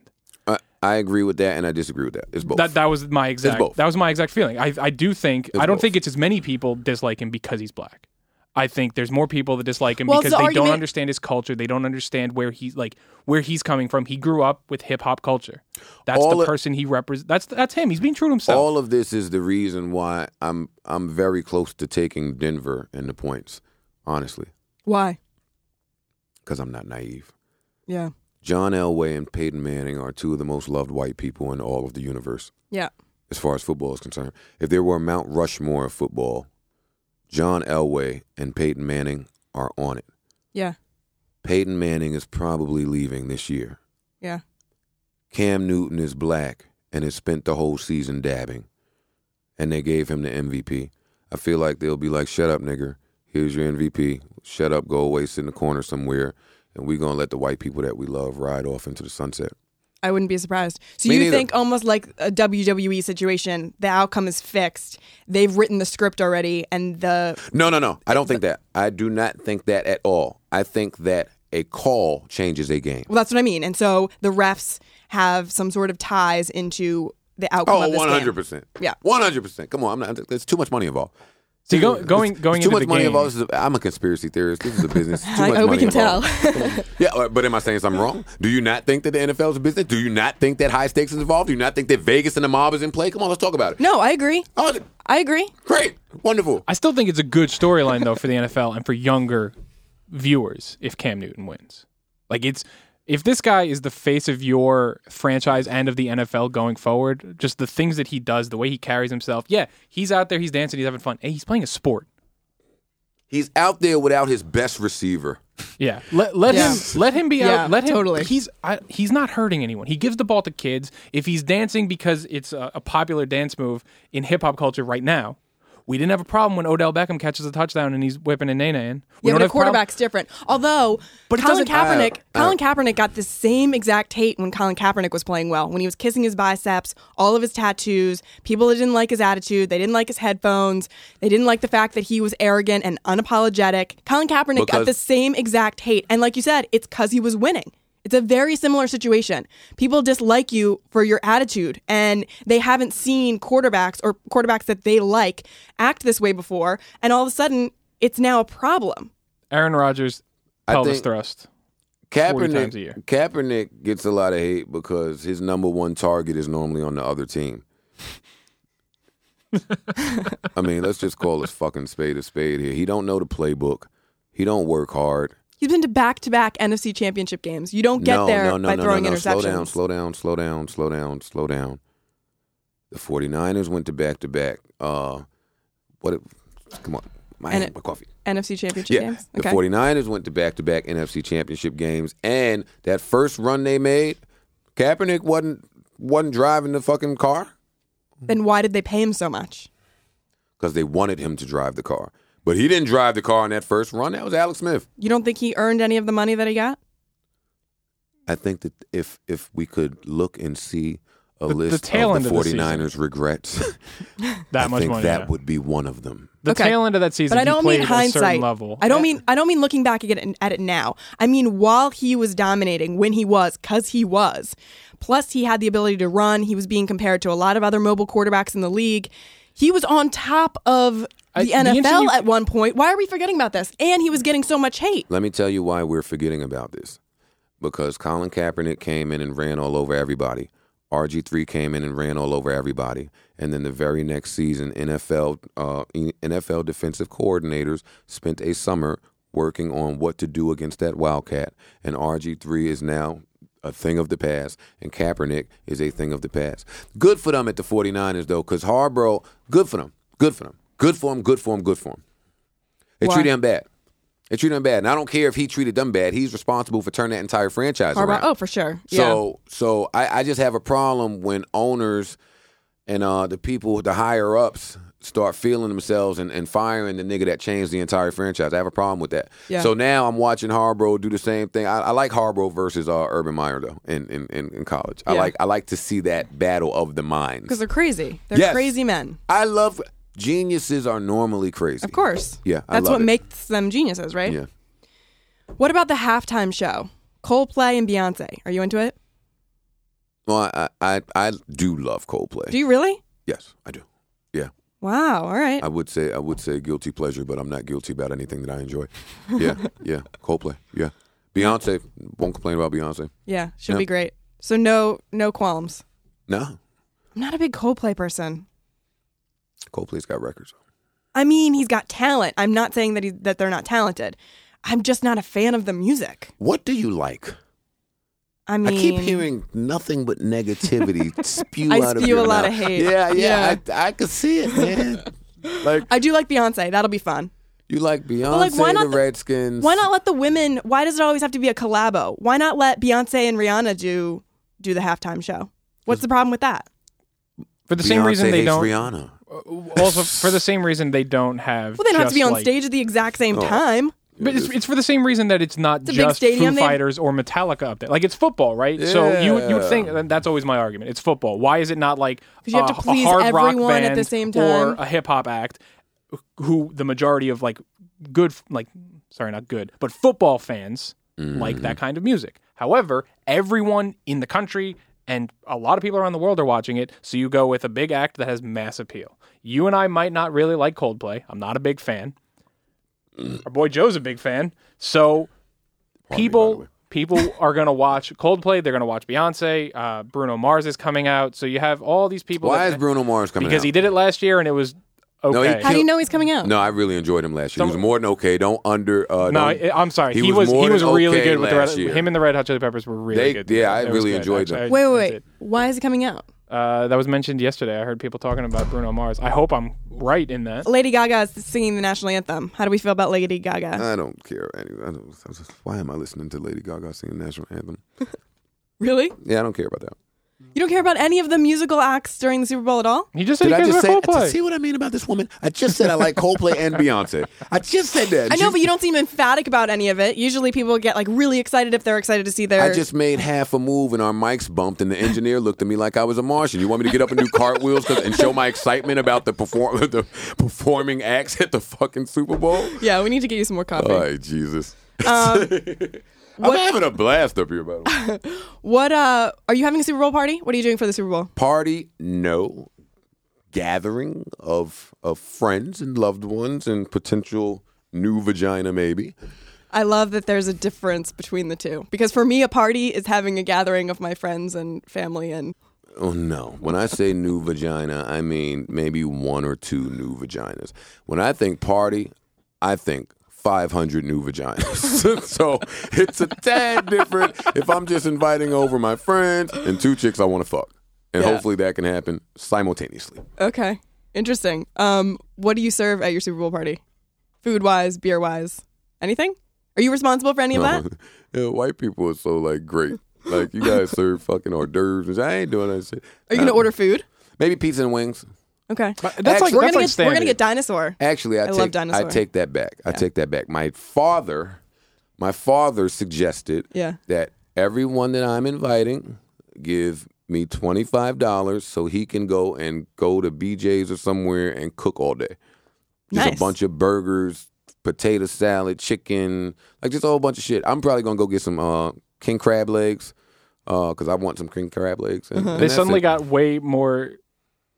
[SPEAKER 2] I, I agree with that, and I disagree with that. It's both.
[SPEAKER 3] That that was my
[SPEAKER 2] both.
[SPEAKER 3] exact that was my exact feeling. I I do think I don't
[SPEAKER 2] both.
[SPEAKER 3] think it's as many people dislike him because he's black. I think there's more people that dislike him
[SPEAKER 1] Well, it's
[SPEAKER 3] because they
[SPEAKER 1] the
[SPEAKER 3] don't
[SPEAKER 1] argument-
[SPEAKER 3] understand his culture. They don't understand where he's like where he's coming from. He grew up with hip hop culture. That's
[SPEAKER 2] All
[SPEAKER 3] the
[SPEAKER 2] of-
[SPEAKER 3] person he represents. That's that's him. He's being true to himself.
[SPEAKER 2] All of this is the reason why I'm I'm very close to taking Denver and the points, honestly,
[SPEAKER 1] Why?
[SPEAKER 2] because I'm not naive.
[SPEAKER 1] Yeah.
[SPEAKER 2] John Elway and Peyton Manning are two of the most loved white people in all of the universe,
[SPEAKER 1] Yeah.
[SPEAKER 2] as far as football is concerned. If there were a Mount Rushmore of football, John Elway and Peyton Manning are on it.
[SPEAKER 1] Yeah.
[SPEAKER 2] Peyton Manning is probably leaving this year.
[SPEAKER 1] Yeah.
[SPEAKER 2] Cam Newton is black and has spent the whole season dabbing, and they gave him the MVP. I feel like they'll be like, "Shut up, nigger. Here's your MVP. Shut up. Go away. Sit in the corner somewhere." And we're gonna let the white people that we love ride off into the sunset.
[SPEAKER 1] I wouldn't be surprised. So
[SPEAKER 2] Me
[SPEAKER 1] you
[SPEAKER 2] neither.
[SPEAKER 1] think almost like a WWE situation, the outcome is fixed. They've written the script already and the
[SPEAKER 2] No, no, no. I don't think that. I do not think that at all. I think that a call changes a game.
[SPEAKER 1] well that's what I mean. And so the refs have some sort of ties into the outcome
[SPEAKER 2] Oh,
[SPEAKER 1] of this game.
[SPEAKER 2] 100 percent.
[SPEAKER 1] Yeah.
[SPEAKER 2] one hundred percent. Come on, I'm not. There's too much money involved.
[SPEAKER 3] See, go, going going
[SPEAKER 2] It's too
[SPEAKER 3] into
[SPEAKER 2] much
[SPEAKER 3] the
[SPEAKER 2] money
[SPEAKER 3] game,
[SPEAKER 2] involved. This is a- I'm a conspiracy theorist.
[SPEAKER 1] [LAUGHS]
[SPEAKER 2] This is a business. Too
[SPEAKER 1] I-
[SPEAKER 2] much
[SPEAKER 1] we
[SPEAKER 2] money
[SPEAKER 1] can
[SPEAKER 2] involved. yeah, uh, but am I saying something wrong? Do you not think that the NFL is a business? Do you not think that high stakes is involved? Do you not think that Vegas and the mob is in play? Come on, let's talk about
[SPEAKER 1] [LAUGHS]
[SPEAKER 2] it.
[SPEAKER 1] No, I agree.
[SPEAKER 2] Oh, th-
[SPEAKER 1] I agree.
[SPEAKER 2] great, wonderful.
[SPEAKER 3] I still think it's a good storyline though for the NFL and for younger viewers if Cam Newton wins. Like it's if this guy is the face of your franchise and of the NFL going forward, just the things that he does, the way he carries himself. Yeah, he's out there, he's dancing, he's having fun. Hey, he's playing a sport.
[SPEAKER 2] He's out there without his best receiver.
[SPEAKER 3] Yeah. Let let
[SPEAKER 1] Yeah.
[SPEAKER 3] him let him be
[SPEAKER 1] Yeah,
[SPEAKER 3] out. Let him
[SPEAKER 1] totally.
[SPEAKER 3] he's I, he's not hurting anyone. He gives the ball to kids. If he's dancing because it's a, a popular dance move in hip hop culture right now. We didn't have a problem when Odell Beckham catches a touchdown and he's whipping a nay in.
[SPEAKER 1] Yeah, but a quarterback's different. Although,
[SPEAKER 3] But it
[SPEAKER 1] Colin
[SPEAKER 3] doesn't- uh, I
[SPEAKER 1] Kaepernick,
[SPEAKER 2] don't- I
[SPEAKER 1] Colin Kaepernick got the same exact hate when Colin Kaepernick was playing well. When he was kissing his biceps, all of his tattoos, people didn't like his attitude. They didn't like his headphones. They didn't like the fact that he was arrogant and unapologetic. Colin Kaepernick got
[SPEAKER 2] Because-
[SPEAKER 1] the same exact hate, and like you said, it's because he was winning. It's a very similar situation. People dislike you for your attitude, and they haven't seen quarterbacks or quarterbacks that they like act this way before, and all of a sudden, it's now a problem.
[SPEAKER 3] Aaron Rodgers
[SPEAKER 2] I
[SPEAKER 3] pelvis
[SPEAKER 2] think-
[SPEAKER 3] thrust. 40 times a year.
[SPEAKER 2] Kaepernick, Kaepernick gets a lot of hate because his number one target is normally on the other
[SPEAKER 3] [LAUGHS]
[SPEAKER 2] team. I mean, let's just call this fucking spade a spade here. He don't know the playbook. He don't work hard.
[SPEAKER 1] He's been to back to back NFC championship games. You don't get
[SPEAKER 2] no,
[SPEAKER 1] there
[SPEAKER 2] no, no,
[SPEAKER 1] by
[SPEAKER 2] no,
[SPEAKER 1] throwing
[SPEAKER 2] no, no.
[SPEAKER 1] interceptions.
[SPEAKER 2] Slow down, slow down, slow down, slow down, slow down. The 49ers went to back to back. Uh what it, come on. My,
[SPEAKER 1] And
[SPEAKER 2] hand,
[SPEAKER 1] it-
[SPEAKER 2] my coffee.
[SPEAKER 1] NFC championship
[SPEAKER 2] Yeah.
[SPEAKER 1] games.
[SPEAKER 2] The 49ers went to back to back NFC championship games and that first run they made, Kaepernick wasn't wasn't driving the fucking car
[SPEAKER 1] then why did they pay him so much?
[SPEAKER 2] because they wanted him to drive the car. But he didn't drive the car in that first run. That was Alex Smith.
[SPEAKER 1] You don't think he earned any of the money that he got?
[SPEAKER 2] I think that if if we could look and see a
[SPEAKER 3] The- the
[SPEAKER 2] list
[SPEAKER 3] tail
[SPEAKER 2] of
[SPEAKER 3] end
[SPEAKER 2] the
[SPEAKER 3] of the
[SPEAKER 2] 49ers regrets,
[SPEAKER 3] That
[SPEAKER 2] I
[SPEAKER 3] much
[SPEAKER 2] think
[SPEAKER 3] money.
[SPEAKER 2] that
[SPEAKER 3] yeah.
[SPEAKER 2] would be one of them.
[SPEAKER 3] the
[SPEAKER 1] Okay.
[SPEAKER 3] tail end of that season.
[SPEAKER 1] But I don't
[SPEAKER 3] he played
[SPEAKER 1] mean
[SPEAKER 3] At a
[SPEAKER 1] hindsight.
[SPEAKER 3] certain level.
[SPEAKER 1] I don't mean I don't mean looking back at it, at it now. I mean while he was dominating, when he was, cuz he was. Plus he had the ability to run. He was being compared to a lot of other mobile quarterbacks in the league. He was on top of
[SPEAKER 3] I-
[SPEAKER 1] the
[SPEAKER 3] the
[SPEAKER 1] NFL
[SPEAKER 3] interview-
[SPEAKER 1] at one point. Why are we forgetting about this? And he was getting so much hate.
[SPEAKER 2] Let me tell you why we're forgetting about this. Because Colin Kaepernick came in and ran all over everybody. RG3 came in and ran all over everybody. And then the very next season, NFL uh, NFL defensive coordinators spent a summer working on what to do against that Wildcat. And RG3 is now a thing of the past, and Kaepernick is a thing of the past. Good for them at the 49ers, though, because Harborough, good for them. Good for them. Good for them. Good for them. Good for them. They
[SPEAKER 1] Why?
[SPEAKER 2] treat him bad. They treat him bad, and I don't care if he treated them bad. He's responsible for turning that entire franchise
[SPEAKER 1] Harbaugh,
[SPEAKER 2] around.
[SPEAKER 1] oh, for sure. yeah.
[SPEAKER 2] So, so I, I just have a problem when owners and uh, the people, the higher ups, start feeling themselves and, and firing the nigga that changed the entire franchise. I have a problem with that.
[SPEAKER 1] Yeah.
[SPEAKER 2] So now I'm watching Harborough do the same thing. I, I like Harborough versus uh, Urban Meyer though in in, in, in college. I
[SPEAKER 1] Yeah.
[SPEAKER 2] like I like to see that battle of the minds.
[SPEAKER 1] Because they're crazy. They're
[SPEAKER 2] Yes.
[SPEAKER 1] crazy men.
[SPEAKER 2] I love geniuses are normally crazy.
[SPEAKER 1] Of course.
[SPEAKER 2] Yeah, I
[SPEAKER 1] That's
[SPEAKER 2] love
[SPEAKER 1] what
[SPEAKER 2] it.
[SPEAKER 1] makes them geniuses, right?
[SPEAKER 2] Yeah.
[SPEAKER 1] What about the halftime show? Coldplay and Beyonce. Are you into it?
[SPEAKER 2] Well, I, I I do love Coldplay.
[SPEAKER 1] Do you really?
[SPEAKER 2] yes, I do. Yeah,
[SPEAKER 1] Wow. All right.
[SPEAKER 2] I would say I would say guilty pleasure, but I'm not guilty about anything that I enjoy.
[SPEAKER 1] [LAUGHS]
[SPEAKER 2] Yeah, yeah, Coldplay. Yeah, Beyonce. Won't complain about Beyonce.
[SPEAKER 1] yeah. Should
[SPEAKER 2] yeah.
[SPEAKER 1] be great. So no no qualms.
[SPEAKER 2] No,
[SPEAKER 1] I'm not a big Coldplay person.
[SPEAKER 2] Coldplay's got records.
[SPEAKER 1] I mean, he's got talent. I'm not saying that he, that they're not talented. I'm just not a fan of the music.
[SPEAKER 2] What do you like?
[SPEAKER 1] I mean,
[SPEAKER 2] I keep hearing nothing but
[SPEAKER 1] [LAUGHS]
[SPEAKER 2] negativity spew
[SPEAKER 1] I
[SPEAKER 2] out of
[SPEAKER 1] spew
[SPEAKER 2] your
[SPEAKER 1] a lot of
[SPEAKER 2] mouth.
[SPEAKER 1] hate.
[SPEAKER 2] Yeah, yeah,
[SPEAKER 1] Yeah.
[SPEAKER 2] I, I could see
[SPEAKER 1] [LAUGHS]
[SPEAKER 2] it, man. like
[SPEAKER 1] I do like Beyonce. That'll be fun.
[SPEAKER 2] you like Beyonce,
[SPEAKER 1] like, why not
[SPEAKER 2] the
[SPEAKER 1] the-
[SPEAKER 2] Redskins.
[SPEAKER 1] Why not let the women? Why does it always have to be a collabo? Why not let Beyonce and Rihanna do do the halftime show? What's the problem with that?
[SPEAKER 3] for the same
[SPEAKER 2] Beyonce
[SPEAKER 3] reason they
[SPEAKER 2] hates
[SPEAKER 3] don't.
[SPEAKER 2] Rihanna.
[SPEAKER 3] Also, for the same reason they don't have.
[SPEAKER 1] Well, they don't have to
[SPEAKER 3] just,
[SPEAKER 1] be on
[SPEAKER 3] like-
[SPEAKER 1] stage at the exact same time.
[SPEAKER 3] But it's, it's for the same reason that it's not
[SPEAKER 1] a big
[SPEAKER 3] just
[SPEAKER 1] stadium,
[SPEAKER 3] Foo
[SPEAKER 1] they have-
[SPEAKER 3] Fighters or Metallica up there. Like it's football, right? So you would- you would think and that's always my argument. It's football. Why is it not like
[SPEAKER 1] 'Cause you have
[SPEAKER 3] a,
[SPEAKER 1] to please
[SPEAKER 3] a hard rock
[SPEAKER 1] everyone at
[SPEAKER 3] band
[SPEAKER 1] the same
[SPEAKER 3] or
[SPEAKER 1] time.
[SPEAKER 3] a hip hop act? Who the majority of like good like sorry not good but football fans like that kind of music. However, everyone in the country and a lot of people around the world are watching it. So you go with a big act that has mass appeal. You and I might not really like Coldplay. I'm not a big fan. Our boy Joe's a big fan.
[SPEAKER 2] me,
[SPEAKER 3] So
[SPEAKER 2] by the
[SPEAKER 3] people
[SPEAKER 2] way. [LAUGHS]
[SPEAKER 3] people are going to watch Coldplay. They're going to watch Beyonce. Uh, Bruno Mars is coming out. So you have all these people.
[SPEAKER 2] Why
[SPEAKER 3] that-
[SPEAKER 2] is Bruno Mars coming
[SPEAKER 3] eh, Because
[SPEAKER 2] out?
[SPEAKER 3] he did it last year and it was
[SPEAKER 2] he
[SPEAKER 3] okay.
[SPEAKER 1] How do you know he's coming out?
[SPEAKER 2] No, I really enjoyed him last year. he was more than okay. Don't under. Uh,
[SPEAKER 3] no,
[SPEAKER 2] don't-
[SPEAKER 3] I- I'm sorry. He,
[SPEAKER 2] He
[SPEAKER 3] was,
[SPEAKER 2] was more
[SPEAKER 3] he was
[SPEAKER 2] than
[SPEAKER 3] really
[SPEAKER 2] okay
[SPEAKER 3] good with the
[SPEAKER 2] last
[SPEAKER 3] Red,
[SPEAKER 2] year.
[SPEAKER 3] him and the Red Hot Chili Peppers were really
[SPEAKER 2] They-
[SPEAKER 3] good.
[SPEAKER 2] yeah, I
[SPEAKER 3] It was
[SPEAKER 2] really
[SPEAKER 3] good,
[SPEAKER 2] enjoyed
[SPEAKER 3] actually.
[SPEAKER 2] them.
[SPEAKER 3] I-
[SPEAKER 1] Wait,
[SPEAKER 3] I
[SPEAKER 1] wait,
[SPEAKER 3] did.
[SPEAKER 1] wait. Why is he coming out?
[SPEAKER 3] Uh, that was mentioned yesterday. I heard people talking about Bruno Mars. I hope I'm right in that.
[SPEAKER 1] Lady Gaga is singing the national anthem. How do we feel about Lady Gaga?
[SPEAKER 2] I don't care. Anyway, I don't, I was just- why am I listening to Lady Gaga singing national anthem?
[SPEAKER 1] really? You
[SPEAKER 2] Yeah, I don't care about that.
[SPEAKER 1] don't care about any of the musical acts during the Super Bowl at all?
[SPEAKER 3] He just said
[SPEAKER 2] Did
[SPEAKER 3] he
[SPEAKER 2] I
[SPEAKER 3] cares
[SPEAKER 2] just say?
[SPEAKER 3] about Coldplay.
[SPEAKER 2] See what I mean about this woman? I just said I like Coldplay
[SPEAKER 1] [LAUGHS]
[SPEAKER 2] and Beyonce. I just said that.
[SPEAKER 1] I know,
[SPEAKER 2] She-
[SPEAKER 1] but you don't seem emphatic about any of it. Usually people get like really excited if they're excited to see their.
[SPEAKER 2] I just made half a move and our mics bumped, and the engineer looked at me like I was a Martian. You want me to get up and do cartwheels 'cause- and show my excitement about the perform [LAUGHS] the performing acts at the fucking Super Bowl?
[SPEAKER 1] yeah, we need to get you some more coffee.
[SPEAKER 2] All right, Jesus.
[SPEAKER 1] um,
[SPEAKER 2] [LAUGHS] I'm having a blast up here, by the way.
[SPEAKER 1] What uh are you having a Super Bowl party? What are you doing for the Super Bowl?
[SPEAKER 2] Party, no. Gathering of of friends and loved ones and potential new vagina, maybe.
[SPEAKER 1] I love that there's a difference between the two. Because for me a party is having a gathering of my friends and family and
[SPEAKER 2] Oh no! When I say new vagina, I mean maybe one or two new vaginas. When I think party, I think 500 new vaginas. [LAUGHS] so it's a tad different if I'm just inviting over my friends and two chicks I want to fuck, and
[SPEAKER 1] Yeah.
[SPEAKER 2] hopefully that can happen simultaneously.
[SPEAKER 1] Okay. Interesting. Um what do you serve at your Super Bowl party? Food wise, beer wise? Anything? Are you responsible for any of that?
[SPEAKER 2] [LAUGHS] Yeah, white people are so like great. Like you guys serve fucking hors d'oeuvres. and shit. I ain't doing that shit.
[SPEAKER 1] Are you gonna
[SPEAKER 2] Nah.
[SPEAKER 1] order food?
[SPEAKER 2] maybe pizza and wings?
[SPEAKER 1] Okay.
[SPEAKER 3] That's like
[SPEAKER 1] we're gonna
[SPEAKER 3] that's like
[SPEAKER 1] get we're gonna
[SPEAKER 3] standard.
[SPEAKER 1] get dinosaur.
[SPEAKER 2] Actually, I,
[SPEAKER 1] love
[SPEAKER 2] take, I
[SPEAKER 1] dinosaur.
[SPEAKER 2] take that back. I take that back. My father, my father suggested
[SPEAKER 1] Yeah.
[SPEAKER 2] that everyone that I'm inviting give me twenty five dollars so he can go and go to BJ's or somewhere and cook all day. Just
[SPEAKER 1] Nice.
[SPEAKER 2] a bunch of burgers, potato salad, chicken, like just a whole bunch of shit. I'm probably gonna go get some uh, king crab legs because I want some king crab legs. And,
[SPEAKER 1] Uh-huh.
[SPEAKER 2] and
[SPEAKER 3] They
[SPEAKER 2] that's
[SPEAKER 3] suddenly
[SPEAKER 2] it.
[SPEAKER 3] got way more.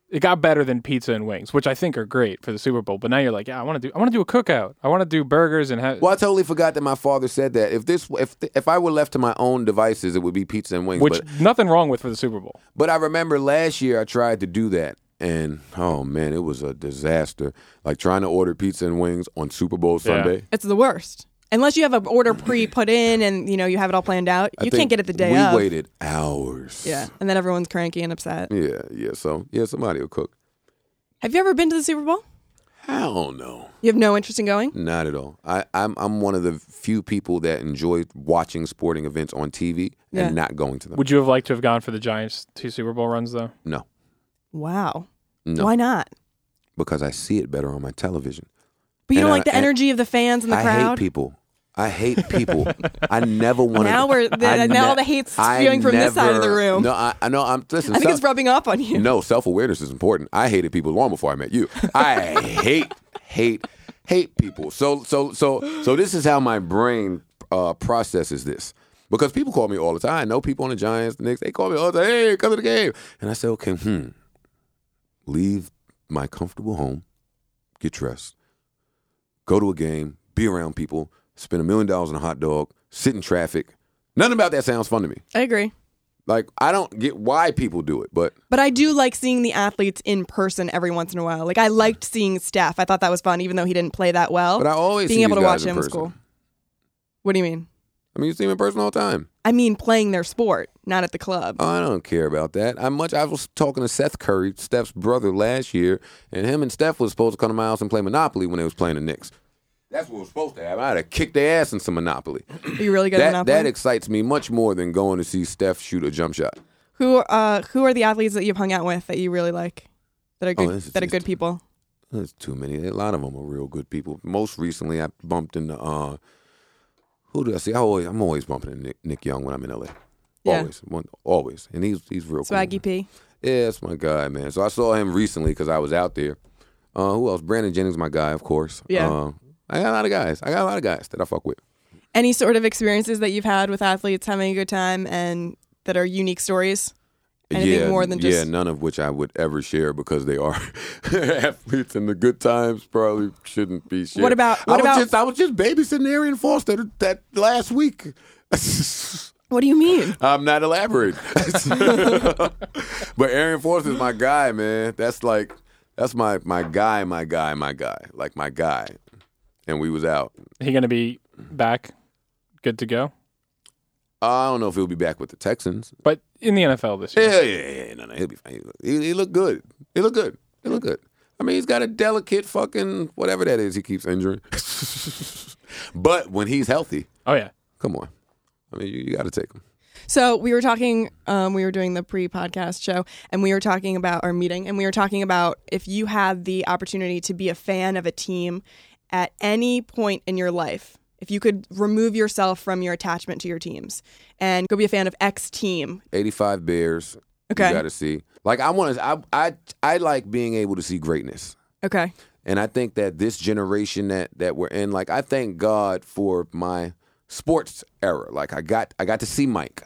[SPEAKER 3] It got better than pizza and wings, which I think are great for the Super Bowl. But now you're like, yeah, I want to do. I want to do a cookout. I want to do burgers and have.
[SPEAKER 2] Well, I totally forgot that my father said that. If this, if if I were left to my own devices, it would be pizza and wings.
[SPEAKER 3] Which
[SPEAKER 2] but,
[SPEAKER 3] nothing wrong with for the Super Bowl.
[SPEAKER 2] But I remember last year I tried to do that, and oh man, it was a disaster. Like trying to order pizza and wings on Super Bowl Sunday.
[SPEAKER 1] It's the worst. Unless you have an order pre put in and you know you have it all planned out,
[SPEAKER 2] I
[SPEAKER 1] you
[SPEAKER 2] think
[SPEAKER 1] can't get it the day
[SPEAKER 2] We
[SPEAKER 1] of.
[SPEAKER 2] waited hours.
[SPEAKER 1] Yeah, and then everyone's cranky and upset.
[SPEAKER 2] Yeah, yeah. So yeah, somebody will cook.
[SPEAKER 1] Have you ever been to the Super Bowl?
[SPEAKER 2] Hell no,
[SPEAKER 1] You have no interest in going.
[SPEAKER 2] not at all. I, I'm I'm one of the few people that enjoy watching sporting events on TV
[SPEAKER 1] Yeah.
[SPEAKER 2] and not going to them.
[SPEAKER 3] Would you have liked to have gone for the Giants two Super Bowl runs though?
[SPEAKER 2] no,
[SPEAKER 1] Wow.
[SPEAKER 2] No.
[SPEAKER 1] Why not?
[SPEAKER 2] because I see it better on my television.
[SPEAKER 1] But you
[SPEAKER 2] And
[SPEAKER 1] don't
[SPEAKER 2] I-
[SPEAKER 1] like the
[SPEAKER 2] and-
[SPEAKER 1] energy of the fans and the
[SPEAKER 2] I hate
[SPEAKER 1] crowd.
[SPEAKER 2] people. I hate people. I
[SPEAKER 1] [LAUGHS]
[SPEAKER 2] never want to.
[SPEAKER 1] Now we're- now all the hate's spewing from this side of the room.
[SPEAKER 2] No, I, I know. I'm listen.
[SPEAKER 1] I think
[SPEAKER 2] self-
[SPEAKER 1] it's rubbing off on you.
[SPEAKER 2] [LAUGHS] no, self awareness is important. I hated people long before I met you. I hate, hate, hate people. So, so, so, so this is how my brain uh, processes this. Because people call me all the time. I know people on the Giants, the Knicks. They call me all the time. Hey, come to the game. And I say, okay, hmm. Leave my comfortable home, get dressed, go to a game, be around people, spend a million dollars on a hot dog, sit in traffic. Nothing about that sounds fun to me.
[SPEAKER 1] I agree.
[SPEAKER 2] Like I don't get why people do it, but
[SPEAKER 1] But I do like seeing the athletes in person every once in a while. Like I liked seeing Steph. I thought that was fun, even though he didn't play that well.
[SPEAKER 2] but I always
[SPEAKER 1] being
[SPEAKER 2] see
[SPEAKER 1] able
[SPEAKER 2] these
[SPEAKER 1] to watch
[SPEAKER 2] guys in
[SPEAKER 1] him was
[SPEAKER 2] person.
[SPEAKER 1] cool. What do you mean?
[SPEAKER 2] I mean, you see him in person all the time. Oh,
[SPEAKER 1] I mean playing their sport, not at the club.
[SPEAKER 2] I don't care about that. I much. I was talking to Seth Curry, Steph's brother, last year, and him and Steph was supposed to come to my house and play Monopoly when they was playing the Knicks. That's what was supposed to happen. I'd have kicked their ass in some Monopoly.
[SPEAKER 1] Are you really good
[SPEAKER 2] that
[SPEAKER 1] enough?
[SPEAKER 2] that excites me much more than going to see Steph shoot a jump shot.
[SPEAKER 1] who uh who are the athletes that you've hung out with that you really like? That are good,
[SPEAKER 2] Oh, this is
[SPEAKER 1] that are
[SPEAKER 2] just-
[SPEAKER 1] good people.
[SPEAKER 2] There's too many. A lot of them are real good people. Most recently, I bumped into uh, who do I see? I always, I'm always bumping into Nick, Nick Young when I'm in LA.
[SPEAKER 1] Yeah.
[SPEAKER 2] Always, One- always, and he's he's real. cool.
[SPEAKER 1] Swaggy P.
[SPEAKER 2] Yeah, that's my guy, man. So I saw him recently because I was out there. Uh, who else? Brandon Jennings, my guy, of course.
[SPEAKER 1] Yeah.
[SPEAKER 2] Uh, I got a lot of guys. I got a lot of guys that I fuck with.
[SPEAKER 1] Any sort of experiences that you've had with athletes having a good time and that are unique stories? anything
[SPEAKER 2] yeah,
[SPEAKER 1] more than just
[SPEAKER 2] yeah, none of which I would ever share because they are [LAUGHS] athletes, and the good times probably shouldn't be shared.
[SPEAKER 1] What about- what
[SPEAKER 2] I was
[SPEAKER 1] about-
[SPEAKER 2] just I was just babysitting Arian Foster th- that last week. [LAUGHS]
[SPEAKER 1] What do you mean?
[SPEAKER 2] I'm not elaborate, [LAUGHS] but Arian Foster's my guy, man. That's like that's my my guy, my guy, my guy, like my guy. And we was out.
[SPEAKER 3] He gonna be back, good to go.
[SPEAKER 2] Uh, I don't know if he'll be back with the Texans.
[SPEAKER 3] But in the NFL this year,
[SPEAKER 2] Yeah, yeah, yeah. yeah. No, no, he'll be fine. He, he looked good. He looked good. He looked good. I mean, he's got a delicate fucking whatever that is he keeps injuring. [LAUGHS] but when he's healthy,
[SPEAKER 3] oh yeah,
[SPEAKER 2] come on. I mean, you, you got to take him.
[SPEAKER 1] So we were talking, um, we were doing the pre-podcast show, and we were talking about our meeting, and we were talking about if you had the opportunity to be a fan of a team at any point in your life, if you could remove yourself from your attachment to your teams and go be a fan of X team.
[SPEAKER 2] 85 Bears.
[SPEAKER 1] Okay.
[SPEAKER 2] You got to see. Like, I want to, I, I, I like being able to see greatness.
[SPEAKER 1] Okay.
[SPEAKER 2] And I think that this generation that that we're in, like I thank God for my sports era. Like I got I got to see Mike.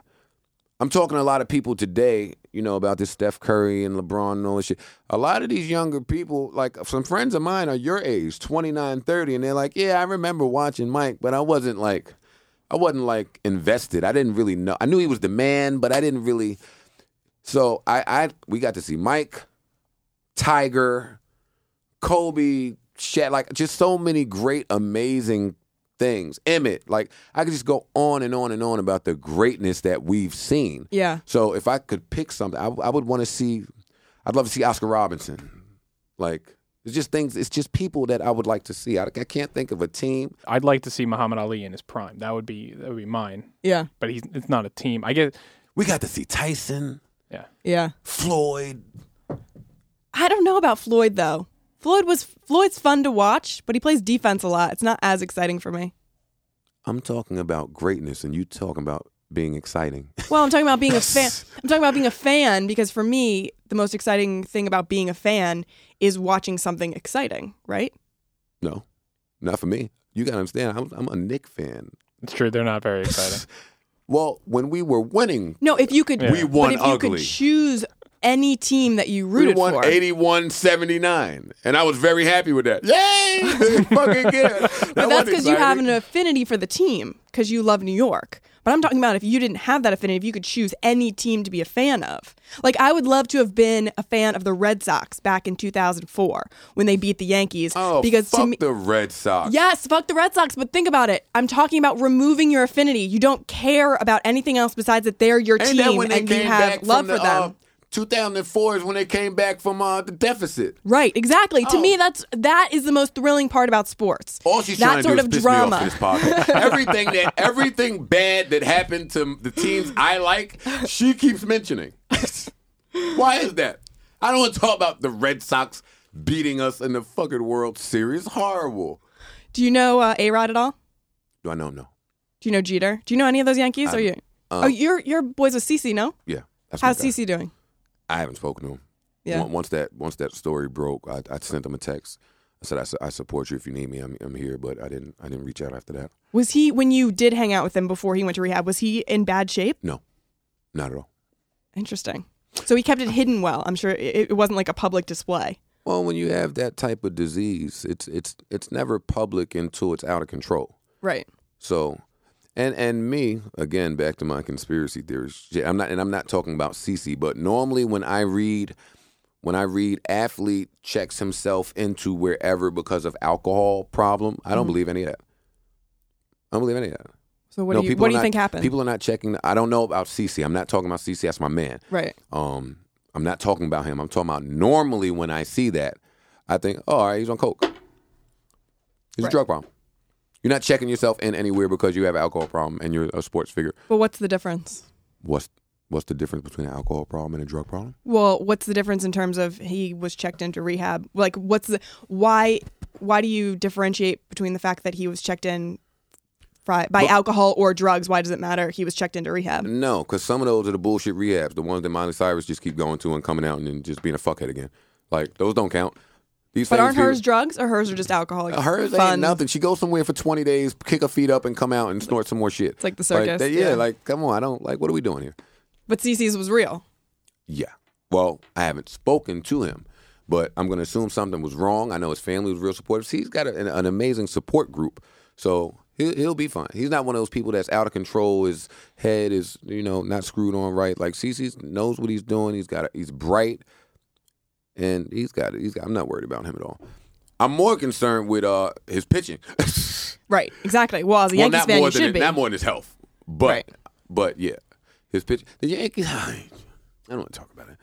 [SPEAKER 2] I'm talking to a lot of people today, you know, about this Steph Curry and LeBron and all this shit. A lot of these younger people, like some friends of mine are your age, 29, 30, and they're like, "Yeah, I remember watching Mike, but I wasn't like I wasn't like invested. I didn't really know. I knew he was the man, but I didn't really so I I we got to see Mike, Tiger, Kobe, Shaq, like just so many great, amazing things. Emmett, like I could just go on and on and on about the greatness that we've seen.
[SPEAKER 1] Yeah.
[SPEAKER 2] So if I could pick something, I, I would want to see. I'd love to see Oscar Robinson. Like it's just things. It's just people that I would like to see. I, I can't think of a team.
[SPEAKER 3] I'd like to see Muhammad Ali in his prime. That would be that would be mine.
[SPEAKER 1] Yeah.
[SPEAKER 3] But he's it's not a team. I get
[SPEAKER 2] We got to see Tyson,
[SPEAKER 3] yeah.
[SPEAKER 1] Yeah.
[SPEAKER 2] Floyd.
[SPEAKER 1] I don't know about Floyd though. Floyd was Floyd's fun to watch, but he plays defense a lot. It's not as exciting for me.
[SPEAKER 2] I'm talking about greatness, and you talking about being exciting. [LAUGHS]
[SPEAKER 1] Well, I'm talking about being a fan. I'm talking about being a fan because for me, the most exciting thing about being a fan is watching something exciting, right?
[SPEAKER 2] No, not for me. You gotta understand. I'm, I'm a Nick fan.
[SPEAKER 3] It's true. They're
[SPEAKER 2] [LAUGHS]
[SPEAKER 3] not very exciting.
[SPEAKER 2] Well, when we were winning,
[SPEAKER 1] No, if you could,
[SPEAKER 3] We
[SPEAKER 2] won
[SPEAKER 1] but if you
[SPEAKER 2] ugly.
[SPEAKER 1] could choose any team that you rooted
[SPEAKER 2] we won
[SPEAKER 1] for,
[SPEAKER 2] 81 79. And I was very happy with that. Yay! [LAUGHS] Fucking good.
[SPEAKER 1] but that's because you have an affinity for the team because you love New York. But I'm talking about if you didn't have that affinity, if you could choose any team to be a fan of. Like I would love to have been a fan of the Red Sox back in 2004 when they beat the Yankees.
[SPEAKER 2] Oh,
[SPEAKER 1] because
[SPEAKER 2] fuck
[SPEAKER 1] to me,
[SPEAKER 2] the Red Sox.
[SPEAKER 1] Yes, fuck the Red Sox, but think about it. I'm talking about removing your affinity. You don't care about anything else besides that they're your
[SPEAKER 2] Ain't
[SPEAKER 1] team
[SPEAKER 2] that when they
[SPEAKER 1] and you
[SPEAKER 2] came
[SPEAKER 1] have
[SPEAKER 2] back
[SPEAKER 1] love
[SPEAKER 2] from the,
[SPEAKER 1] for them.
[SPEAKER 2] uh, 2004 is when they came back from uh, the deficit.
[SPEAKER 1] right, exactly. To
[SPEAKER 2] Oh.
[SPEAKER 1] me, that's that is the most thrilling part about sports.
[SPEAKER 2] All she's
[SPEAKER 1] that
[SPEAKER 2] trying
[SPEAKER 1] sort
[SPEAKER 2] to do
[SPEAKER 1] of
[SPEAKER 2] is piss
[SPEAKER 1] drama.
[SPEAKER 2] me off in
[SPEAKER 1] [LAUGHS]
[SPEAKER 2] this podcast. everything that everything bad that happened to the teams I like, she keeps
[SPEAKER 1] [LAUGHS]
[SPEAKER 2] mentioning. Why is that? I don't want to talk about the Red Sox beating us in the fucking World Series. Horrible.
[SPEAKER 1] Do you know uh, A Rod at all?
[SPEAKER 2] Do I know? No.
[SPEAKER 1] Do you know Jeter? Do you know any of those Yankees? Or you? oh, you're you're boys with Cece, no?
[SPEAKER 2] Yeah. That's my
[SPEAKER 1] How's
[SPEAKER 2] guy.
[SPEAKER 1] Cece doing?
[SPEAKER 2] I haven't spoken to him.
[SPEAKER 1] Yeah.
[SPEAKER 2] Once- Once that once that story broke, I, I sent him a text. I said I, su- I support you if you need me. I'm, I'm here, but I didn't I didn't reach out after that.
[SPEAKER 1] Was he when you did hang out with him before he went to rehab? Was he in bad shape?
[SPEAKER 2] No, not at all.
[SPEAKER 1] Interesting. So he kept it hidden well. I'm sure it, it wasn't like a public display.
[SPEAKER 2] Well, when you have that type of disease, it's it's it's never public until it's out of control.
[SPEAKER 1] Right.
[SPEAKER 2] So, and and me again back to my conspiracy theories. Yeah, I'm not and I'm not talking about Cece, but normally when I read when I read athlete checks himself into wherever because of alcohol problem, I don't
[SPEAKER 1] Mm-hmm.
[SPEAKER 2] believe any of that. I don't believe any of that.
[SPEAKER 1] So what
[SPEAKER 2] No,
[SPEAKER 1] do you
[SPEAKER 2] people
[SPEAKER 1] what
[SPEAKER 2] are
[SPEAKER 1] do you
[SPEAKER 2] not-
[SPEAKER 1] think happened?
[SPEAKER 2] People are not checking. I don't know about Cece. I'm not talking about Cece. That's my man.
[SPEAKER 1] right.
[SPEAKER 2] Um, I'm not talking about him. I'm talking about normally when I see that, I think, oh, all right, he's on coke. He's a drug problem. You're not checking yourself in anywhere because you have an alcohol problem and you're a sports figure.
[SPEAKER 1] But what's the difference?
[SPEAKER 2] What's what's the difference between an alcohol problem and a drug problem?
[SPEAKER 1] Well, what's the difference in terms of he was checked into rehab? Like, what's the why? Why do you differentiate between the fact that he was checked in fri- by alcohol or drugs? Why does it matter? He was checked into rehab.
[SPEAKER 2] No, because some of those are the bullshit rehabs, the ones that Miley Cyrus just keep going to and coming out and then just being a fuckhead again. Like those don't count. These
[SPEAKER 1] But
[SPEAKER 2] famous
[SPEAKER 1] aren't
[SPEAKER 2] people-
[SPEAKER 1] hers drugs or hers are just alcohol? Like,
[SPEAKER 2] Hers
[SPEAKER 1] fun.
[SPEAKER 2] ain't nothing. She goes somewhere for twenty days, kick her feet up, and come out and snort some more shit. It's
[SPEAKER 1] like the circus,
[SPEAKER 2] yeah,
[SPEAKER 1] yeah.
[SPEAKER 2] like come on, I don't like. What are we doing here?
[SPEAKER 1] But Cece's was real.
[SPEAKER 2] Yeah. Well, I haven't spoken to him, but I'm going to assume something was wrong. I know his family was real supportive. He's got a, an, an amazing support group, so he'll, he'll be fine. He's not one of those people that's out of control. His head is, you know, not screwed on right. Like Cece knows what he's doing. He's got. A, he's bright, and he's got. He's got. I'm not worried about him at all. I'm more concerned with uh his pitching. [LAUGHS]
[SPEAKER 1] Right, exactly. Well, as a Yankees
[SPEAKER 2] not
[SPEAKER 1] fan,
[SPEAKER 2] more
[SPEAKER 1] you
[SPEAKER 2] than
[SPEAKER 1] should
[SPEAKER 2] it-
[SPEAKER 1] be.
[SPEAKER 2] not more than his health, but
[SPEAKER 1] Right.
[SPEAKER 2] but yeah, his pitch. The Yankees. [SIGHS] I don't want to talk about it.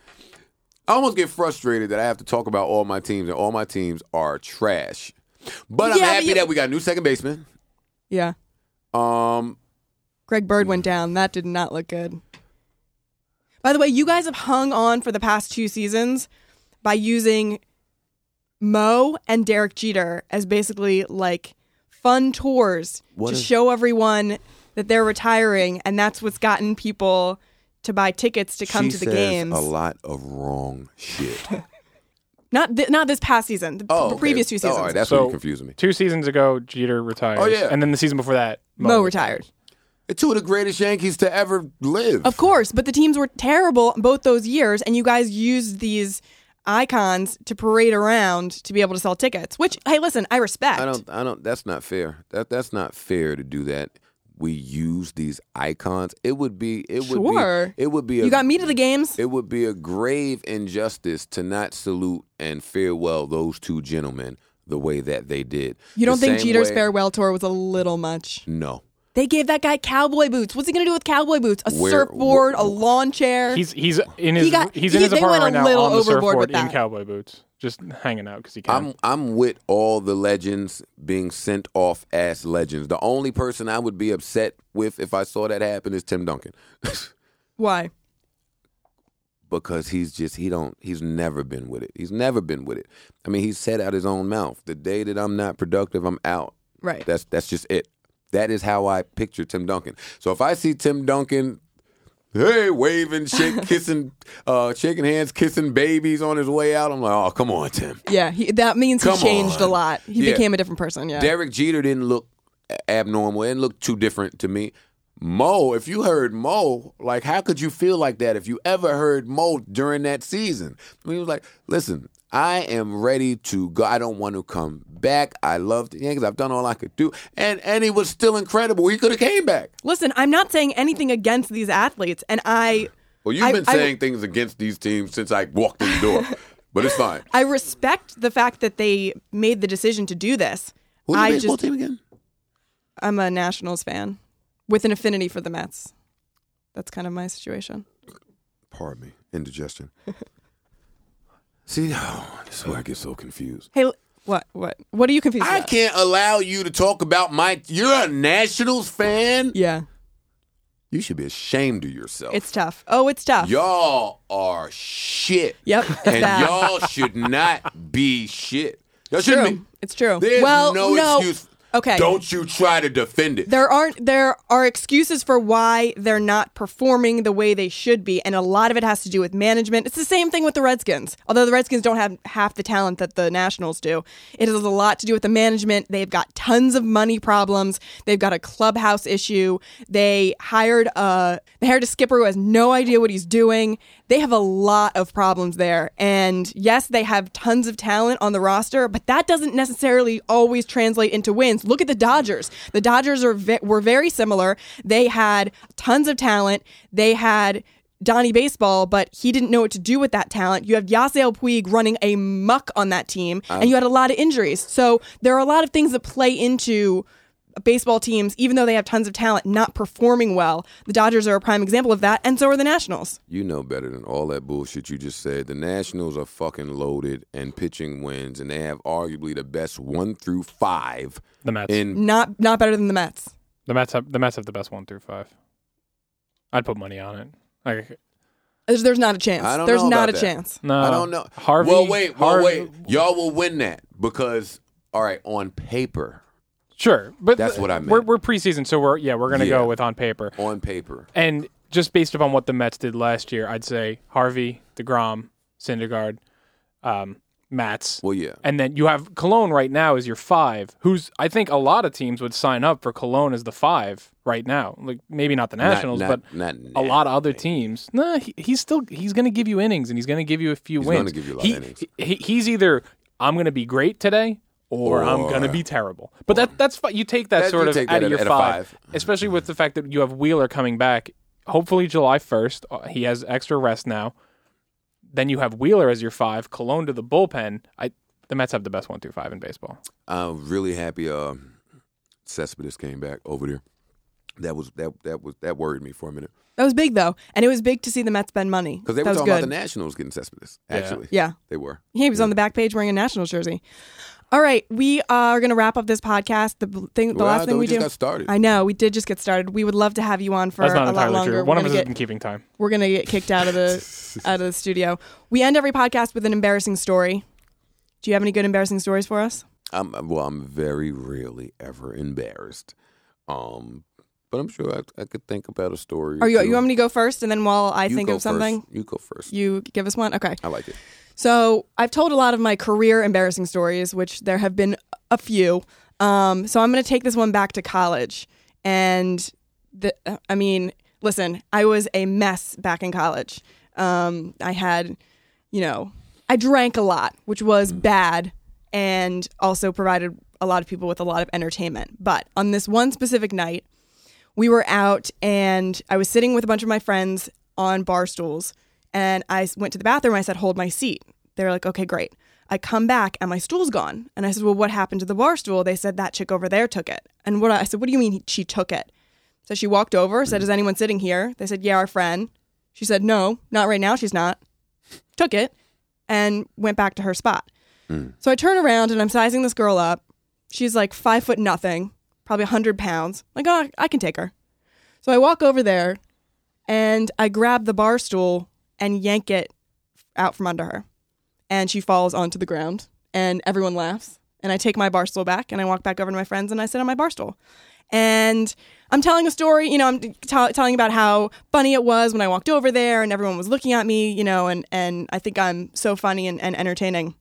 [SPEAKER 2] I almost get frustrated that I have to talk about all my teams, and all my teams are trash. But I'm
[SPEAKER 1] Yeah, but
[SPEAKER 2] happy
[SPEAKER 1] you-
[SPEAKER 2] that we got a new second baseman.
[SPEAKER 1] yeah.
[SPEAKER 2] Um,
[SPEAKER 1] Greg Bird went down. That did not look good. By the way, you guys have hung on for the past two seasons by using Mo and Derek Jeter as basically like fun tours
[SPEAKER 2] What
[SPEAKER 1] to
[SPEAKER 2] is-
[SPEAKER 1] show everyone that they're retiring, and that's what's gotten people to buy tickets to come
[SPEAKER 2] she
[SPEAKER 1] to the
[SPEAKER 2] says
[SPEAKER 1] games.
[SPEAKER 2] a lot of wrong
[SPEAKER 1] [LAUGHS]
[SPEAKER 2] shit.
[SPEAKER 1] Not th- not this past season. The
[SPEAKER 2] Oh,
[SPEAKER 1] p-
[SPEAKER 2] okay.
[SPEAKER 1] previous two
[SPEAKER 2] Oh,
[SPEAKER 1] seasons.
[SPEAKER 2] all right, that's
[SPEAKER 3] So-
[SPEAKER 2] what confusing me.
[SPEAKER 3] Two seasons ago, Jeter retired.
[SPEAKER 2] Oh, yeah.
[SPEAKER 3] And then the season before that,
[SPEAKER 1] Mo retired.
[SPEAKER 2] They're two of the greatest Yankees to ever live.
[SPEAKER 1] Of course, but the teams were terrible both those years, and you guys used these icons to parade around to be able to sell tickets. Which, hey, listen, I respect.
[SPEAKER 2] I don't. I don't. That's not fair. That that's not fair to do that. We use these icons. It would be. It would
[SPEAKER 1] Sure.
[SPEAKER 2] be. It would be. A,
[SPEAKER 1] You got me to the games.
[SPEAKER 2] It would be a grave injustice to not salute and farewell those two gentlemen the way that they did.
[SPEAKER 1] You don't
[SPEAKER 2] The
[SPEAKER 1] think
[SPEAKER 2] same
[SPEAKER 1] Jeter's
[SPEAKER 2] way-
[SPEAKER 1] farewell tour was a little much?
[SPEAKER 2] No.
[SPEAKER 1] They gave that guy cowboy boots. What's he gonna do with cowboy boots? A
[SPEAKER 2] Where-
[SPEAKER 1] surfboard,
[SPEAKER 2] wh-
[SPEAKER 1] a lawn chair.
[SPEAKER 3] He's he's in his
[SPEAKER 1] got-
[SPEAKER 3] he's in
[SPEAKER 1] he-
[SPEAKER 3] his
[SPEAKER 1] they went
[SPEAKER 3] apartment
[SPEAKER 1] a
[SPEAKER 3] right now
[SPEAKER 1] little
[SPEAKER 3] on the
[SPEAKER 1] overboard with
[SPEAKER 3] surfboard in
[SPEAKER 1] that.
[SPEAKER 3] cowboy boots, just hanging out because he can.
[SPEAKER 2] I'm I'm with all the legends being sent off as legends. The only person I would be upset with if I saw that happen is Tim Duncan. [LAUGHS]
[SPEAKER 1] Why?
[SPEAKER 2] because he's just he don't he's never been with it. He's never been with it. I mean, he said out his own mouth, "The day that I'm not productive, I'm out."
[SPEAKER 1] Right.
[SPEAKER 2] That's that's just it. That is how I picture Tim Duncan. So if I see Tim Duncan, hey, waving, shake, kissing, uh, shaking hands, kissing babies on his way out, I'm like, oh, come on, Tim.
[SPEAKER 1] Yeah, he, that means he
[SPEAKER 2] Come
[SPEAKER 1] changed a
[SPEAKER 2] on.
[SPEAKER 1] lot. He
[SPEAKER 2] Yeah.
[SPEAKER 1] became a different person. Yeah.
[SPEAKER 2] [LAUGHS] Derek Jeter didn't look a- abnormal. It didn't look too different to me. Mo, if you heard Mo, like how could you feel like that if you ever heard Mo during that season? I mean, he was like, listen, I am ready to go. I don't want to come back. I love the Yankees. I've done all I could do. And and he was still incredible. He could have came back.
[SPEAKER 1] Listen, I'm not saying anything against these athletes, and I.
[SPEAKER 2] Well, you've
[SPEAKER 1] I-
[SPEAKER 2] been
[SPEAKER 1] I-
[SPEAKER 2] saying things against these teams since I walked in the
[SPEAKER 1] [LAUGHS]
[SPEAKER 2] door. but it's fine.
[SPEAKER 1] I respect the fact that they made the decision to do this.
[SPEAKER 2] Who's the
[SPEAKER 1] I
[SPEAKER 2] baseball
[SPEAKER 1] just
[SPEAKER 2] team again?
[SPEAKER 1] I'm a Nationals fan with an affinity for the Mets. That's kind of my situation.
[SPEAKER 2] Pardon me,
[SPEAKER 1] [LAUGHS]
[SPEAKER 2] indigestion. See, oh, this is where I get so confused.
[SPEAKER 1] Hey, l- what what what are you confused
[SPEAKER 2] I
[SPEAKER 1] about?
[SPEAKER 2] can't allow you to talk about my. You're a Nationals fan.
[SPEAKER 1] Yeah,
[SPEAKER 2] You should be ashamed of yourself.
[SPEAKER 1] it's tough. Oh, it's tough.
[SPEAKER 2] y'all are shit.
[SPEAKER 1] Yep, it's
[SPEAKER 2] and
[SPEAKER 1] bad.
[SPEAKER 2] y'all should not be shit. Y'all shouldn't
[SPEAKER 1] true. It's true.
[SPEAKER 2] be. There's
[SPEAKER 1] well,
[SPEAKER 2] no, excuse.
[SPEAKER 1] Okay.
[SPEAKER 2] Don't you try to defend it.
[SPEAKER 1] There aren't there are excuses for why they're not performing the way they should be, and a lot of it has to do with management. It's the same thing with the Redskins. Although the Redskins don't have half the talent that the Nationals do, it has a lot to do with the management. They've got tons of money problems. They've got a clubhouse issue. They hired a they hired a skipper who has no idea what he's doing. They have a lot of problems there. And yes, they have tons of talent on the roster, but that doesn't necessarily always translate into wins. Look at the Dodgers. The Dodgers are ve- were very similar. They had tons of talent. They had Donnie Baseball, but he didn't know what to do with that talent. You have Yasiel Puig running a muck on that team, and you had a lot of injuries. So there are a lot of things that play into baseball teams, even though they have tons of talent, not performing well. The Dodgers are a prime example of that, and so are the Nationals.
[SPEAKER 2] You know better than all that bullshit you just said. The Nationals are fucking loaded and pitching wins, and they have arguably the best one through five
[SPEAKER 3] the Mets.
[SPEAKER 2] in
[SPEAKER 1] Not not better than the Mets.
[SPEAKER 3] the Mets have the Mets have the best one through five. I'd put money on it. Like
[SPEAKER 1] There's, there's not a chance.
[SPEAKER 2] I don't
[SPEAKER 1] there's
[SPEAKER 2] know
[SPEAKER 1] not
[SPEAKER 2] about
[SPEAKER 1] a
[SPEAKER 2] that.
[SPEAKER 1] chance.
[SPEAKER 3] no,
[SPEAKER 2] I don't know.
[SPEAKER 3] Harvey.
[SPEAKER 2] Well, wait, well,
[SPEAKER 3] Harvey-
[SPEAKER 2] wait. Y'all will win that because, all right, on paper,
[SPEAKER 3] Sure, but
[SPEAKER 2] That's
[SPEAKER 3] th-
[SPEAKER 2] what I meant.
[SPEAKER 3] We're, we're preseason, so we're yeah, we're gonna
[SPEAKER 2] Yeah.
[SPEAKER 3] go with on paper.
[SPEAKER 2] on paper,
[SPEAKER 3] And just based upon what the Mets did last year, I'd say Harvey, DeGrom, Syndergaard, um, Mats.
[SPEAKER 2] Well, yeah.
[SPEAKER 3] And then you have Cologne right now is your five, who's I think a lot of teams would sign up for Cologne as the five right now. Like maybe not the Nationals,
[SPEAKER 2] not-
[SPEAKER 3] but
[SPEAKER 2] not
[SPEAKER 3] a lot of other teams. Nah, he, he's still he's going to give you innings and he's going to give you a few
[SPEAKER 2] gonna
[SPEAKER 3] wins.
[SPEAKER 2] give you a lot
[SPEAKER 3] he,
[SPEAKER 2] of innings.
[SPEAKER 3] he- he's either I'm going to be great today. Or, I'm gonna be terrible, but that that's fi- you take that
[SPEAKER 2] That-
[SPEAKER 3] sort
[SPEAKER 2] you
[SPEAKER 3] of
[SPEAKER 2] take
[SPEAKER 3] out
[SPEAKER 2] that
[SPEAKER 3] of your
[SPEAKER 2] at a
[SPEAKER 3] five,
[SPEAKER 2] five.
[SPEAKER 3] especially with the fact that you have Wheeler coming back. Hopefully July first, uh, he has extra rest now. Then you have Wheeler as your five, Cologne to the bullpen. I the Mets have the best one through five in baseball.
[SPEAKER 2] I'm really happy uh Cespedes came back over there. That was that that was that worried me for a minute
[SPEAKER 1] That was big though, and it was big to see the Mets spend money.
[SPEAKER 2] because they
[SPEAKER 1] that
[SPEAKER 2] were
[SPEAKER 1] was
[SPEAKER 2] talking
[SPEAKER 1] good.
[SPEAKER 2] about the Nationals getting Cespedes. Actually,
[SPEAKER 1] Yeah.
[SPEAKER 2] they were.
[SPEAKER 1] He was on the back page wearing a Nationals jersey. All right, we are going to wrap up this podcast. The bl- thing, the
[SPEAKER 2] Well, I
[SPEAKER 1] last
[SPEAKER 2] thought
[SPEAKER 1] thing
[SPEAKER 2] we
[SPEAKER 1] we,
[SPEAKER 2] just
[SPEAKER 1] do.
[SPEAKER 2] got started.
[SPEAKER 1] I know we did just get started. We would love to have you on for
[SPEAKER 3] That's not
[SPEAKER 1] a lot
[SPEAKER 3] entirely
[SPEAKER 1] longer.
[SPEAKER 3] true.
[SPEAKER 1] We're
[SPEAKER 3] One of
[SPEAKER 1] gonna
[SPEAKER 3] us
[SPEAKER 1] get-
[SPEAKER 3] isn't keeping time.
[SPEAKER 1] we're gonna get kicked out of
[SPEAKER 2] [LAUGHS]
[SPEAKER 1] the out of the studio. We end every podcast with an embarrassing story. Do you have any good embarrassing stories for us?
[SPEAKER 2] I'm I'm- well. I'm very rarely ever embarrassed. Um, but I'm sure I, I could think about a story. or
[SPEAKER 1] Are you
[SPEAKER 2] two.
[SPEAKER 1] you want me to go first, and then while I
[SPEAKER 2] You
[SPEAKER 1] think
[SPEAKER 2] go
[SPEAKER 1] of something,
[SPEAKER 2] first. You go first.
[SPEAKER 1] you give us one? Okay.
[SPEAKER 2] I like it.
[SPEAKER 1] So I've told a lot of my career embarrassing stories, which there have been a few. Um, so I'm going to take this one back to college. And the, uh, I mean, listen, I was a mess back in college. Um, I had, you know, I drank a lot, which was bad and also provided a lot of people with a lot of entertainment. But on this one specific night, we were out and I was sitting with a bunch of my friends on bar stools and I s- went to the bathroom. I said, hold my seat. They're like, okay, great. I come back and my stool's gone. And I said, well, what happened to the bar stool? They said, that chick over there took it. And what I said, what do you mean she took it? So she walked over, said, is anyone sitting here? They said, yeah, our friend. She said, no, not right now. She's not. Took it and went back to her spot. So I turn around and I'm sizing this girl up. She's like five foot nothing, probably 100 pounds. Like, oh, I can take her. So I walk over there and I grab the bar stool and yank it out from under her. And she falls onto the ground and everyone laughs. And I take my bar stool back and I walk back over to my friends and I sit on my bar stool. And I'm telling a story, you know, I'm t- telling about how funny it was when I walked over there and everyone was looking at me, you know, and, and I think I'm so funny and, and entertaining.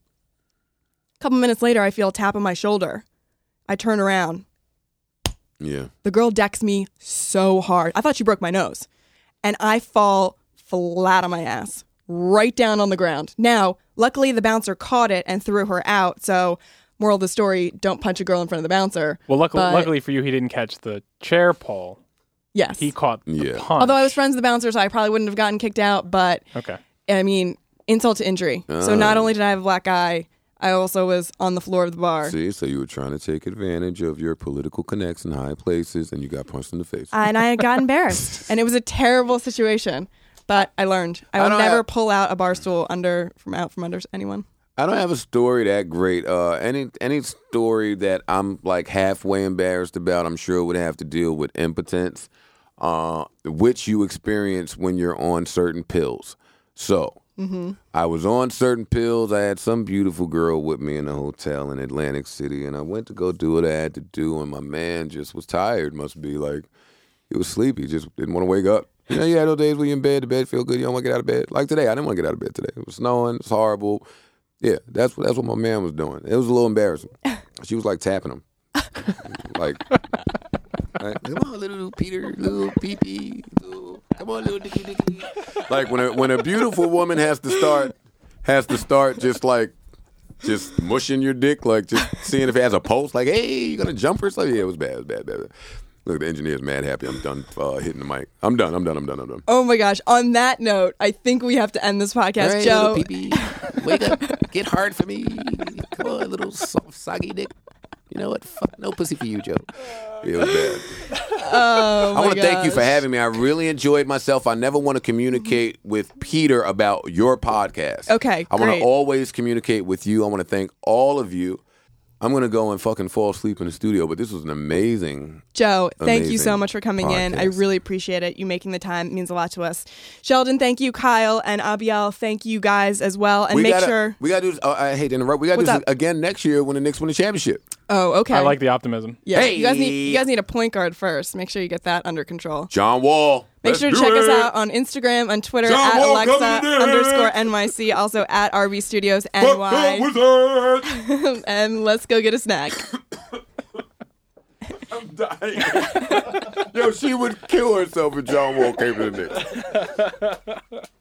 [SPEAKER 1] A couple minutes later, I feel a tap on my shoulder. I turn around
[SPEAKER 2] Yeah.
[SPEAKER 1] the girl decks me so hard. I thought she broke my nose. And I fall flat on my ass, right down on the ground. Now, luckily, the bouncer caught it and threw her out. So, moral of the story don't punch a girl in front of the bouncer.
[SPEAKER 3] Well, luckily,
[SPEAKER 1] But-
[SPEAKER 3] luckily for you, he didn't catch the chair pole.
[SPEAKER 1] Yes.
[SPEAKER 3] He caught the
[SPEAKER 2] Yeah.
[SPEAKER 3] punch.
[SPEAKER 1] Although I was friends with the bouncer, so I probably wouldn't have gotten kicked out. But,
[SPEAKER 3] okay.
[SPEAKER 1] I mean, insult to injury. So, not only did I have a black eye, I also was on the floor of the bar.
[SPEAKER 2] See, so you were trying to take advantage of your political connects in high places, and you got punched in the face.
[SPEAKER 1] Uh, and I
[SPEAKER 2] [LAUGHS]
[SPEAKER 1] got embarrassed, and it was a terrible situation. But I learned I
[SPEAKER 2] I
[SPEAKER 1] will
[SPEAKER 2] don't
[SPEAKER 1] never
[SPEAKER 2] have-
[SPEAKER 1] pull out a bar stool under from out from under anyone.
[SPEAKER 2] I don't have a story that great. Uh, any any story that I'm like halfway embarrassed about, I'm sure would have to deal with impotence, uh, which you experience when you're on certain pills. So I was on certain pills. I had some beautiful girl with me in a hotel in Atlantic City, and I went to go do what I had to do, and my man just was tired. Must be like he was sleepy, just didn't want to wake up. You know, you had those days where you're in bed, the bed feel good, you don't want to get out of bed. Like today, I didn't want to get out of bed today. It was snowing, it's horrible. Yeah, that's what that's what my man was doing. It was a little embarrassing. She was like tapping him, like, like, come on, little Peter, little pee pee, little, come on, little dicky dicky. Like when a when a beautiful woman has to start has to start just like just mushing your dick, like just seeing if it has a pulse. Like, hey, you gonna jump or something? Yeah, it was bad, it was bad, bad, bad. Look, the engineer's mad happy. I'm done uh, hitting the mic. I'm done. I'm done. I'm done. I'm done.
[SPEAKER 1] Oh my gosh! On that note, I think we have to end this podcast,
[SPEAKER 2] Hey,
[SPEAKER 1] Joe.
[SPEAKER 2] little pee-pee,
[SPEAKER 1] [LAUGHS]
[SPEAKER 2] wake up. Get hard for me. Come on, little soft, soggy dick. You know what? Fuck no pussy for you, Joe. It was bad.
[SPEAKER 1] Oh,
[SPEAKER 2] I want to thank you for having me. I really enjoyed myself. I never want to communicate with Peter about your podcast.
[SPEAKER 1] Okay,
[SPEAKER 2] I want
[SPEAKER 1] great.
[SPEAKER 2] to always communicate with you. I want to thank all of you. I'm going to go and fucking fall asleep in the studio, but this was an amazing.
[SPEAKER 1] Joe, thank you so
[SPEAKER 2] Amazing
[SPEAKER 1] much for coming in. I
[SPEAKER 2] podcast.
[SPEAKER 1] really appreciate it. You making the time means a lot to us. Sheldon, thank you. Kyle and Abiel, thank you guys as well. And
[SPEAKER 2] we
[SPEAKER 1] make
[SPEAKER 2] gotta,
[SPEAKER 1] sure.
[SPEAKER 2] We got to do this. oh, I hate to interrupt. We got to
[SPEAKER 1] What's
[SPEAKER 2] do this
[SPEAKER 1] up?
[SPEAKER 2] again next year when the Knicks win the championship.
[SPEAKER 1] Oh, okay.
[SPEAKER 3] I like the optimism.
[SPEAKER 1] Yeah, you guys need
[SPEAKER 2] Hey.
[SPEAKER 1] you guys need a point guard first. Make sure you get that under control.
[SPEAKER 2] John Wall.
[SPEAKER 1] Make
[SPEAKER 2] Let's
[SPEAKER 1] sure to
[SPEAKER 2] do
[SPEAKER 1] check us
[SPEAKER 2] it.
[SPEAKER 1] out on Instagram, on Twitter,
[SPEAKER 2] John
[SPEAKER 1] at
[SPEAKER 2] Wall coming
[SPEAKER 1] Alexa
[SPEAKER 2] in.
[SPEAKER 1] underscore NYC, also at RB Studios
[SPEAKER 2] Fuck up
[SPEAKER 1] NY.
[SPEAKER 2] with that.
[SPEAKER 1] [LAUGHS] and let's go get a snack.
[SPEAKER 2] I'm dying. [LAUGHS] Yo, she would kill herself if John Wall came to the Knicks.